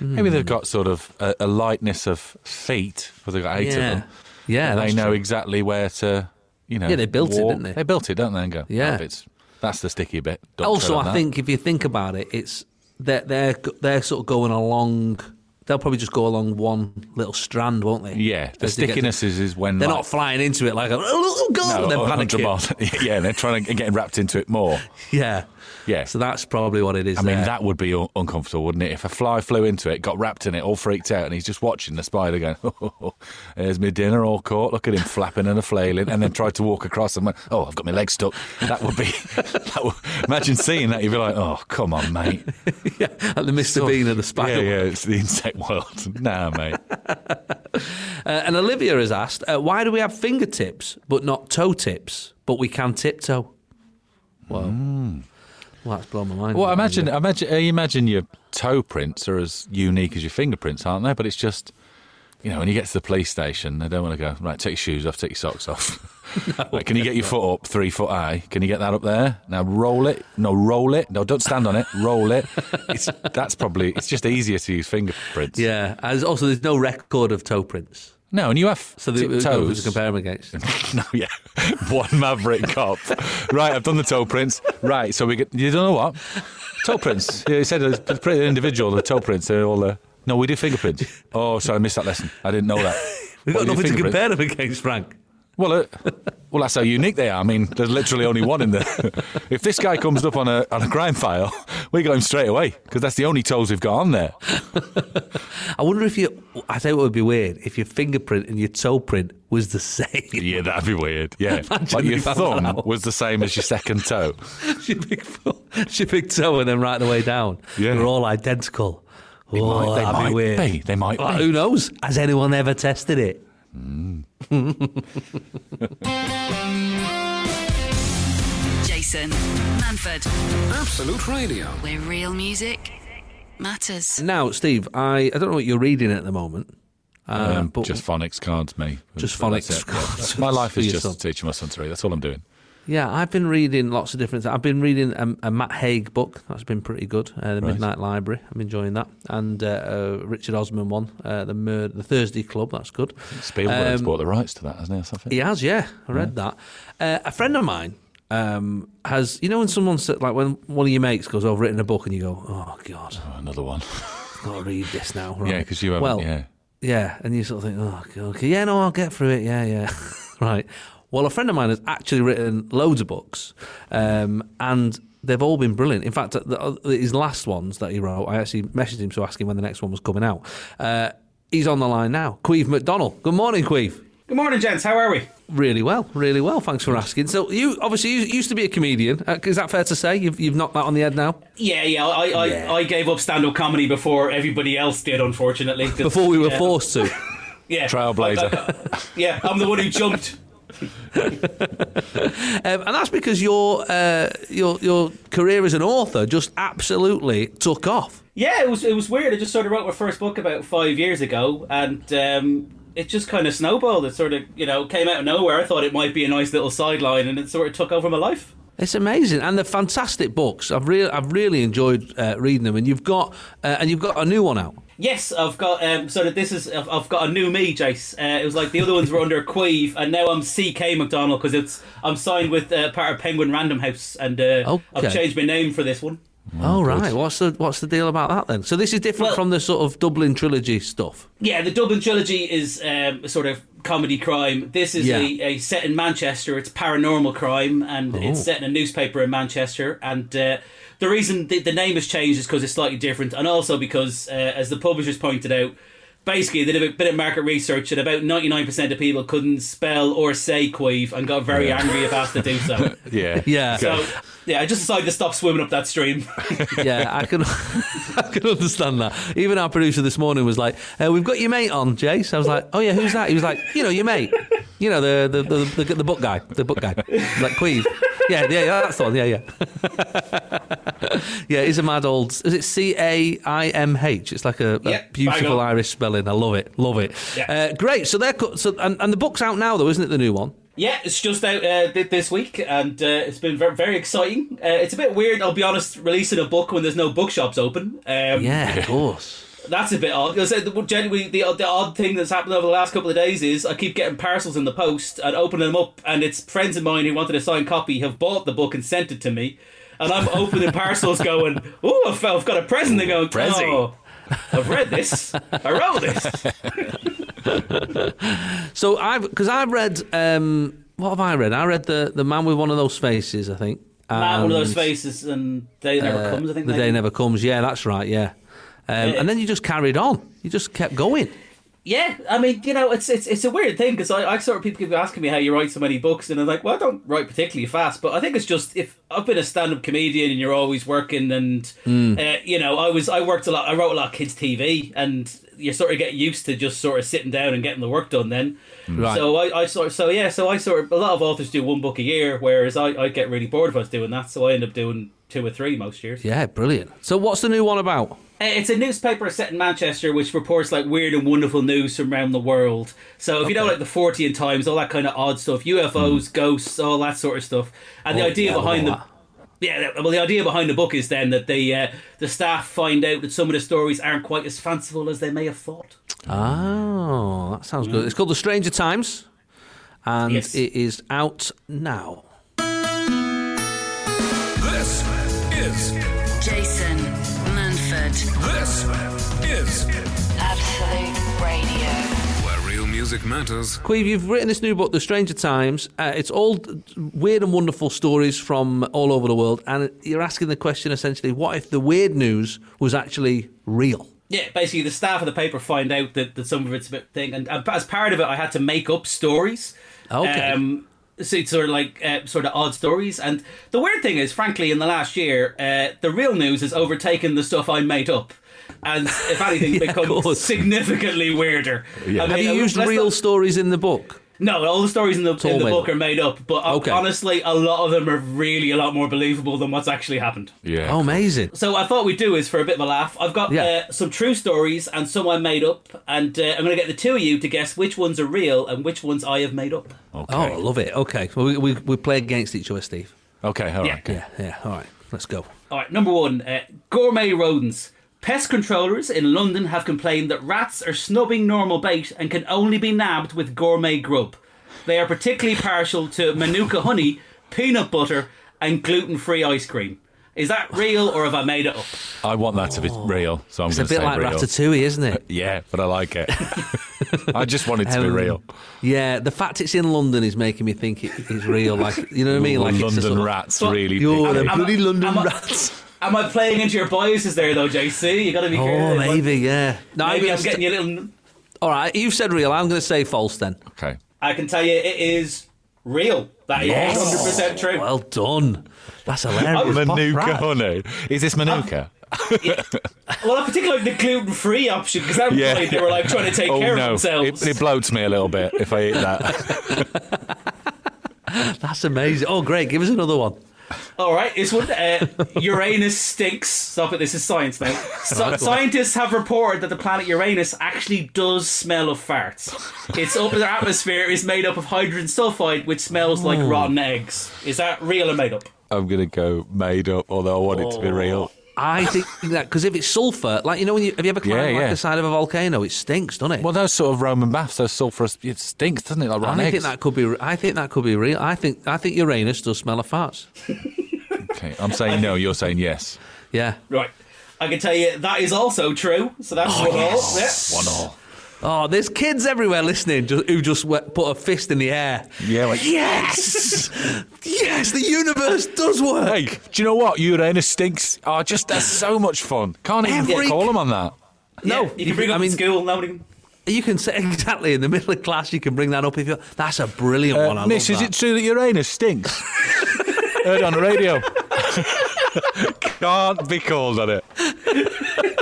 Maybe they've got sort of a, a lightness of feet, but they've got eight
Yeah.
of them.
Yeah,
and they
that's
know
true.
exactly where to. You know,
Yeah, they built it,
walk.
didn't they?
They built it, don't they? And go,
Yeah.
"Oh, it's, that's the sticky bit. Don't tread
also,
on
I
that."
think if you think about it, it's they're, they're, they're sort of going along, they'll probably just go along one little strand, won't they?
Yeah, the
As they get
stickiness
to-
is, is when
They're
like,
not flying into it like, a, oh, God,
No,
they're
oh, 100
panicking.
miles. yeah, they're trying to get wrapped into it more.
Yeah.
Yeah.
So that's probably what it is.
I mean,
there.
that would be un- uncomfortable, wouldn't it? If a fly flew into it, got wrapped in it, all freaked out, and he's just watching the spider going, oh, there's my dinner all caught. Look at him flapping and a flailing, and then tried to walk across and went, oh, I've got my leg stuck. That would be, that would, imagine seeing that, you'd be like, oh, come on, mate.
yeah, and the Mr. Bean of the spider.
Yeah, yeah, it's the insect world. Nah, mate.
Uh, and Olivia has asked, uh, why do we have fingertips but not toe tips, but we can tiptoe? Wow. Well, that's blown my mind.
Well, imagine, imagine, uh, imagine your toe prints are as unique as your fingerprints, aren't they? But it's just, you know, when you get to the police station, they don't want to go right. Take your shoes off. Take your socks off. Right, can you get your foot up three foot high? Can you get that up there? Now roll it. No, roll it. No, don't stand on it. Roll it. It's, that's probably. It's just easier to use fingerprints.
Yeah. And there's also, there's no record of toe prints.
No, and you have
So the toes to
toes.
compare them against.
No, yeah, one maverick cop. Right, I've done the toe prints. Right, so we get. You don't know what toe prints. Yeah, you said it was pretty individual. The toe prints are all. Uh, no, we do fingerprints. Oh, sorry, I missed that lesson. I didn't know that.
We've got nothing
What, we do
to
fingerprints?
compare them against, Frank.
Well, uh, well, that's how unique they are. I mean, there's literally only one in there. if this guy comes up on a on a crime file, we got him straight away because that's the only toes we've got on there.
I wonder if you, I tell you what would be weird, if your fingerprint and your toe print was the same.
Yeah, that'd be weird. Yeah,
Imagine
like your
we found that
thumb
out.
was the same as your second toe.
your, big foot, your big toe and then right the way down.
Yeah.
They're all identical. oh,
might- they
that'd
might
be weird.
be, they might
Well,
be.
Who knows? Has anyone ever tested it?
Jason Manford,
Absolute Radio.
where real music matters.
Now, Steve, I, I don't know what you're reading at the moment. Uh,
Um,
but
just phonics cards, me.
Just
That's
phonics
it, yeah.
cards.
My life
For
is
your
just
son.
teaching my son to read. That's all I'm doing.
yeah, I've been reading lots of different. I've been reading um, a Matt Haig book that's been pretty good. Uh, the
Right.
Midnight Library, I'm enjoying that, and uh, uh, Richard Osman one, uh, the Mur- the Thursday Club, that's good.
Spielberg's
Um,
bought the rights to that, hasn't he? Or something?
He has, yeah. I read that. Uh, a friend of mine um, has, you know, when someone said, like, when one of your mates goes, oh, I've written a book, and you go, oh, God,
Oh, another one.
I've got to read this now. Right.
Yeah, because you haven't.
Well,
yeah.
yeah, and you sort of think, oh, God, okay, yeah, no, I'll get through it. Yeah, yeah. right. Well, a friend of mine has actually written loads of books, um, and they've all been brilliant. In fact, the, the, his last ones that he wrote, I actually messaged him to ask him when the next one was coming out. Uh, he's on the line now. Queeve McDonnell. Good morning, Queeve.
Good morning, gents. How are we?
Really well, really well. Thanks for asking. So you obviously you used to be a comedian. Uh, is that fair to say? You've you've knocked that on the head now.
Yeah, yeah. I, I,
Yeah.
I gave up stand-up comedy before everybody else did, unfortunately. 'cause-
Before we were
yeah,
forced to.
yeah,
Trailblazer.
yeah. I'm the one who jumped.
Um, and that's because your uh, your your career as an author just absolutely took off.
Yeah, it was it was weird. I just sort of wrote my first book about five years ago, and um, it just kind of snowballed. It sort of you know came out of nowhere. I thought it might be a nice little sideline, and it sort of took over my life.
It's amazing, and they're fantastic books. I've really I've really enjoyed uh, reading them. And you've got uh, and you've got a new one out.
Yes, I've got um, sort of this is I've, I've got a new me, Jace. Uh, it was like the other ones were under Queeve, and now I'm CK McDonald because it's I'm signed with uh, part of Penguin Random House, and uh,
Okay.
I've changed my name for this one.
oh right, what's the what's the deal about that then? So this is different
Well-
from the sort of Dublin trilogy stuff.
Yeah, the Dublin trilogy is um, sort of comedy crime. This is
Yeah.
a, a set in Manchester. It's paranormal crime, and it's set in a newspaper in Manchester. And uh, the reason the, the name has changed is because it's slightly different, and also because, uh, as the publishers pointed out, basically they did a bit of market research, and about ninety nine percent of people couldn't spell or say "queeve" and got very angry if asked to do so.
yeah.
Yeah.
So yeah, I just decided to stop swimming up that stream.
yeah, I can, I can understand that. Even our producer this morning was like, uh, "We've got your mate on, Jace." I was like, "Oh yeah, who's that?" He was like, "You know, your mate, you know the the the, the, the book guy, the book guy, He's like Queeve." Yeah, yeah, yeah, that's the one. Yeah, yeah, yeah. It's a mad old. Is it C A I M H? It's like a, a
Yeah,
beautiful
bang on.
Irish spelling. I love it, love it.
Yeah.
Uh, great. So they're co- so and, and the book's out now though, isn't it? The new one.
Yeah, it's just out uh, thi- this week, and uh, it's been very, very exciting. Uh, it's a bit weird, I'll be honest, releasing a book when there's no bookshops open. Um,
Yeah, of course.
that's a bit odd. Because uh, the- generally, the, the odd thing that's happened over the last couple of days is I keep getting parcels in the post and opening them up, and it's friends of mine who wanted a signed copy have bought the book and sent it to me, and I'm opening parcels going, "Oh, I've, I've got a present." They're going,
Prezi.
"Oh, I've read this. I wrote this."
So I've because I've read um, what have I read? I read the the man with one of those faces. I think
Man, one of those
And,
faces, and day never
uh,
comes. I think
the day
maybe.
never comes. Yeah, that's right. Yeah, um,
Yeah.
and then you just carried on. You just kept going.
Yeah, I mean, you know, it's it's it's a weird thing because I, I sort of people keep asking me how you write so many books, and I'm like, well, I don't write particularly fast, but I think it's just if I've been a stand-up comedian and you're always working, and uh, you know, I was I worked a lot, I wrote a lot of kids TV, and you sort of get used to just sort of sitting down and getting the work done. Then,
Right.
so I, I sort of, so yeah, so I sort of a lot of authors do one book a year, whereas I I get really bored if I was doing that, so I end up doing two or three most years.
Yeah, brilliant. So what's the new one about?
Uh, It's a newspaper set in Manchester which reports like weird and wonderful news from around the world. So if you know like the 40 and times, all that kind of odd stuff, UFOs, ghosts, all that sort of stuff. And the idea
Hmm. Oh, yeah,
behind
all
the yeah, well, the idea behind the book is then that the uh, the staff find out that some of the stories aren't quite as fanciful as they may have thought.
Oh, that sounds good. It's called The Stranger Times, and
Yes.
it is out now.
This is
Jason Manford,
this is
Absolute Radio.
where real music matters.
Queeve, you've written this new book, The Stranger Times. Uh, it's all d- weird and wonderful stories from all over the world, and you're asking the question essentially: What if the weird news was actually real?
Yeah, basically the staff of the paper find out that, that some of it's a bit thing, and, and as part of it, I had to make up stories.
Okay.
Um, so- sort of like uh, sort of odd stories. And the weird thing is, frankly, in the last year, uh, the real news has overtaken the stuff I made up. And if anything,
Yeah, of
become
course.
significantly weirder. I
Have
mean,
you
uh,
used
let's
real
not-
stories in the book?
No, all the stories in the,
all
in the
made
book
up.
are made up, but uh,
Okay.
honestly, a lot of them are really a lot more believable than what's actually happened.
Yeah.
Oh, amazing.
So I thought we'd do is for a bit of a laugh. I've got
Yeah.
uh, some true stories and some I made up, and uh, I'm going to get the two of you to guess which ones are real and which ones I have made up.
Okay.
Oh, I love it. Okay. Well, we, we, we play against each other, Steve.
Okay. All right.
Yeah.
okay.
Yeah, yeah. All right. Let's go.
All right, number one, uh, gourmet rodents. Pest controllers in London have complained that rats are snubbing normal bait and can only be nabbed with gourmet grub. They are particularly partial to manuka honey, peanut butter, and gluten-free ice cream. Is that real or have I made it up?
I want that to be real, so I'm
Oh. It's a
going to
bit
say
like
real.
Ratatouille, isn't it?
Yeah, but I like it. I just want it to be
Um,
real.
Yeah, the fact it's in London is making me think it is real. Like, you know what I mean? Like, it's a
London
sort of-
rats
Well,
really.
You're
picky.
the bloody London
I'm a-
rats.
Am I playing into your biases there, though, JC? You got to be careful.
Oh, maybe, yeah. No,
Maybe
I
I'm getting you a little.
All right, you've said real. I'm going to say false then.
Okay.
I can tell you, it is real. That is
Yes. Oh,
100 percent true.
Well done. That's hilarious.
Manuka
Rat.
honey. Is this Manuka?
well, I particularly like the gluten-free option because that
Yeah.
implied they were like trying to take
oh
care of
no,
themselves.
it, it bloats me a little bit if I eat that.
That's amazing. Oh, great. Give us another one.
All right, this one. Uh, Uranus stinks. Stop it. This is science now. So, scientists have reported that the planet Uranus actually does smell of farts. Its upper atmosphere is made up of hydrogen sulfide, which smells like rotten eggs. Is that real or made up?
I'm gonna go made up, although I want it to be real.
Oh. I think that because if it's sulfur, like you know, when you have you ever climbed
Yeah,
like
yeah.
the side of a volcano, it stinks, doesn't it?
Well, those sort of Roman baths, those sulphurous, it stinks, doesn't it? Like rotten
and I
eggs.
think that could be. I think that could be real. I think. I think Uranus does smell of farts.
Okay, I'm saying no. You're saying yes.
Yeah.
Right. I can tell you that is also true. So that's one all. Yeah.
One all.
Oh, there's kids everywhere listening ju- who just we- put a fist in the air.
Yeah. Like,
Yes, yes, the universe does work.
hey, do you know what? Uranus stinks. Oh, just that's so much fun. Can't even
Every-
call them on that.
Yeah,
no,
you can bring up
I mean,
in school. Nobody. Can...
you can say exactly in the middle of class. You can bring that up if you. That's a brilliant one. I
Uh, miss,
love
is
that.
it true that Uranus stinks? Heard on the radio. Can't be called on it.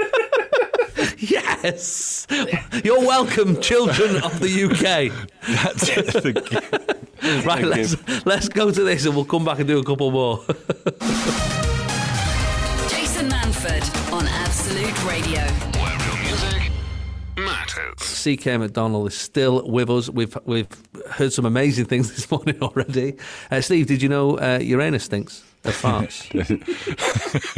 Yes, you're welcome, children of the UK.
That's the
Right,
Thank
let's, let's go to this and we'll come back and do a couple more.
Jason Manford on Absolute Radio.
Where real music matters.
CK McDonald is still with us. We've we've heard some amazing things this morning already. Uh, Steve, did you know uh, Uranus stinks of farts?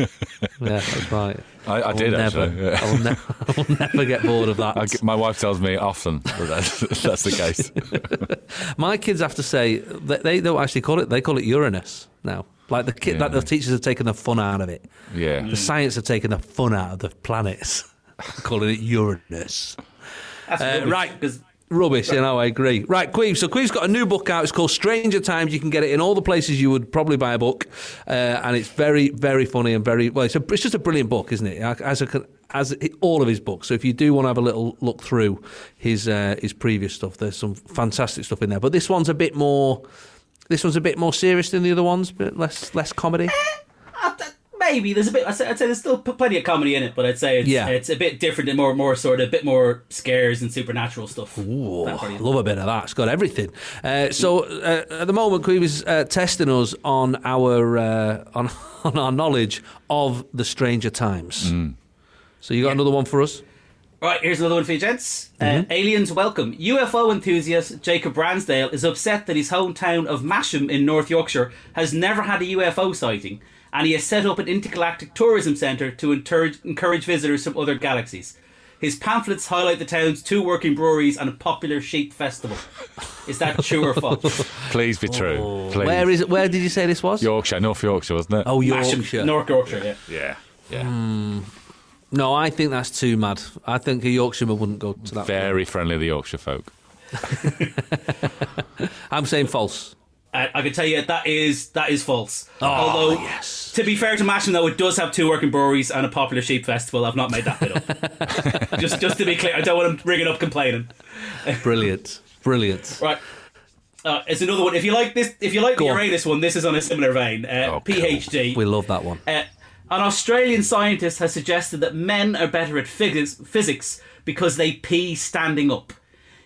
yeah, that's right.
I- I
will
did,
never,
actually, yeah.
I, will ne- I will never get bored of that.
I get- my wife tells me often that that's, that's the case.
My kids have to say that they don't actually call it. They call it Uranus now. Like the kid, like
Yeah.
the teachers have taken the fun out of it.
Yeah.
The science have taken the fun out of the planets, calling it Uranus.
That's
Uh,
rubbish,
right.
'cause-
Rubbish, you know, I agree. Right, Queeve. So Queeve's got a new book out. It's called Stranger Times. You can get it in all the places you would probably buy a book, uh, and it's very, very funny and very well. It's, a, it's just a brilliant book, isn't it? As a, as all of his books. So if you do want to have a little look through his uh, his previous stuff, there's some fantastic stuff in there. But this one's a bit more. This one's a bit more serious than the other ones, but less less comedy.
Uh, th- Maybe there's a bit. I'd say, I'd say there's still p- plenty of comedy in it, but I'd say it's,
Yeah.
it's a bit different and more, more sort of a bit more scares and supernatural stuff.
Ooh,
That part of it.
love a bit of that. It's got everything. Uh, so uh, at the moment, Queen is uh, testing us on our uh, on, on our knowledge of the Stranger Times. So you got another one for us?
All right, here's another one for you, gents. Uh, aliens welcome. UFO enthusiast Jacob Bransdale is upset that his hometown of Masham in North Yorkshire has never had a UFO sighting, and he has set up an intergalactic tourism centre to encourage, encourage visitors from other galaxies. His pamphlets highlight the town's two working breweries and a popular sheep festival. Is that true or false?
Please be true. Please.
Oh. Where is? Where did you say this was?
Yorkshire, North Yorkshire, wasn't it?
oh, Yorkshire.
Masham, North Yorkshire, yeah.
yeah. Yeah.
No, I think that's too mad. I think a Yorkshireman wouldn't go to that.
Very friendly, the Yorkshire folk.
I'm saying false.
I, I can tell you that is that is false. Oh,
Ah, yes.
to be fair to Masham though, it does have two working breweries and a popular sheep festival. I've not made that bit up. just just to be clear, I don't want to bring it up complaining.
Brilliant. Brilliant.
Right. Uh, it's another one. If you like this, if you like
Go
the
on.
Uranus one, this is on a similar vein. Uh,
Oh, cool.
PhD.
We love that one.
Uh, an Australian scientist has suggested that men are better at physics, physics because they pee standing up.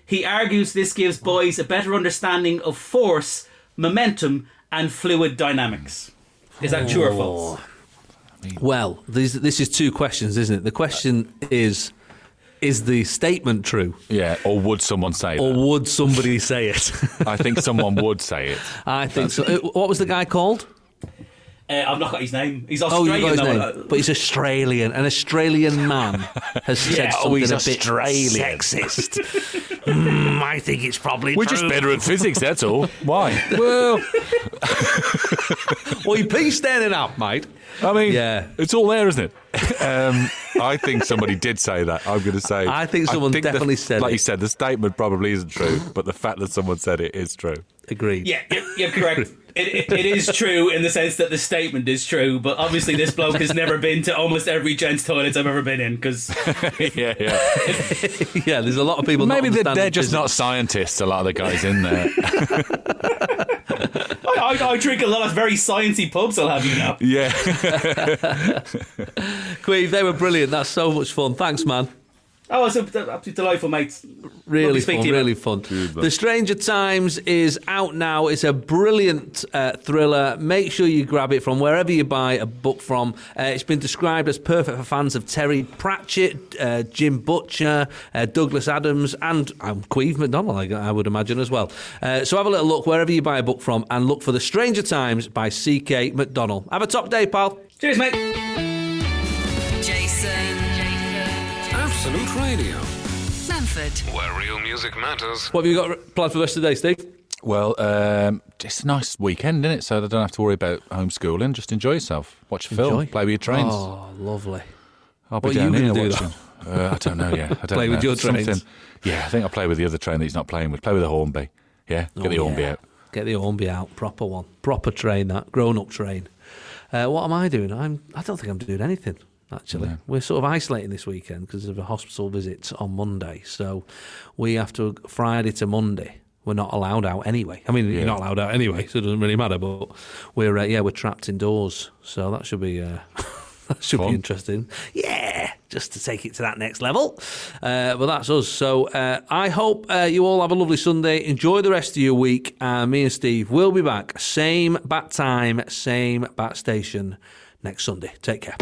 He argues this gives boys a better understanding of force, momentum, and fluid dynamics. Is that
Oh.
true or false?
Well, these, this is two questions, isn't it? The question is is the statement true
Yeah, or would someone say
or
that?
would somebody say it?
I think someone would say it.
I think so. Uh, What was the guy called?
Uh, I've not got his name. He's
Oh,
Australian.
you got his
though. Uh,
name. but he's Australian. An Australian man has said
Yeah.
something
Oh,
he's
a bit
Australian.
sexist. Mm, I think it's probably
We're
true.
just better at physics, that's all. Why?
Well, well, you pee standing up, mate.
I mean,
Yeah.
it's all there, isn't it? Um, I think somebody did say that. I'm going to say.
I think someone
the-
definitely said
Like
it.
you said, the statement probably isn't true, but the fact that someone said it is true.
Agreed.
Yeah, you're, you're correct. It, it, it is true in the sense that the statement is true, but obviously this bloke has never been to almost every gents' toilets I've ever been in because
Yeah, yeah.
yeah. There's a lot of people. not
Maybe they're,
understanding
they're just
physics.
not scientists. A lot of the guys in there.
I, I, I drink a lot of very sciencey pubs. I'll have you know.
yeah,
Queeve, they were brilliant. That's so much fun. Thanks, man.
Oh, it's a- absolutely delightful, mate.
Really
Lovely
fun,
speaking to you,
really
man.
fun. The Stranger Times is out now. It's a brilliant uh, thriller. Make sure you grab it from wherever you buy a book from. Uh, it's been described as perfect for fans of Terry Pratchett, uh, Jim Butcher, uh, Douglas Adams, and um, Queeve McDonald, I, I would imagine, as well. Uh, so have a little look wherever you buy a book from and look for The Stranger Times by C.K. McDonald. Have a top day, pal.
Cheers, mate.
Jason. Jason.
Absolute Radio,
Manford.
where real music matters.
What have you got planned for the rest of the day, Steve?
well, um, it's a nice weekend, isn't it? So they don't have to worry about homeschooling. Just enjoy yourself. Watch a film,
Enjoy.
play with your trains.
Oh, lovely.
I'll be
What are
down
you
here
gonna do,
watching. Uh, I don't know. Yeah, I don't
Play
know.
with your trains?
Yeah, I think I'll play with the other train that he's not playing with. Play with the Hornby. Yeah, get the
Oh,
Hornby
yeah.
out.
Get the Hornby out. Proper one. Proper train that. Grown up train. Uh, what am I doing? I'm. I don't think I'm doing anything. Actually, we're sort of isolating this weekend because of a hospital visit on Monday. So we have to Friday to Monday. We're not allowed out anyway. I mean,
Yeah.
you're not allowed out anyway, so it doesn't really matter. But we're uh, yeah, we're trapped indoors, so that should be uh, that should
Fun.
be interesting. Yeah, just to take it to that next level. Uh, but that's us. So uh, I hope uh, you all have a lovely Sunday. Enjoy the rest of your week. Uh, me and Steve will be back, same bat time, same bat station next Sunday. Take care.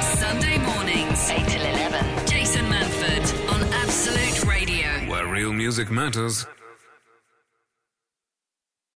Sunday mornings. 8 till 11. Jason Manford on Absolute Radio.
Where real music matters.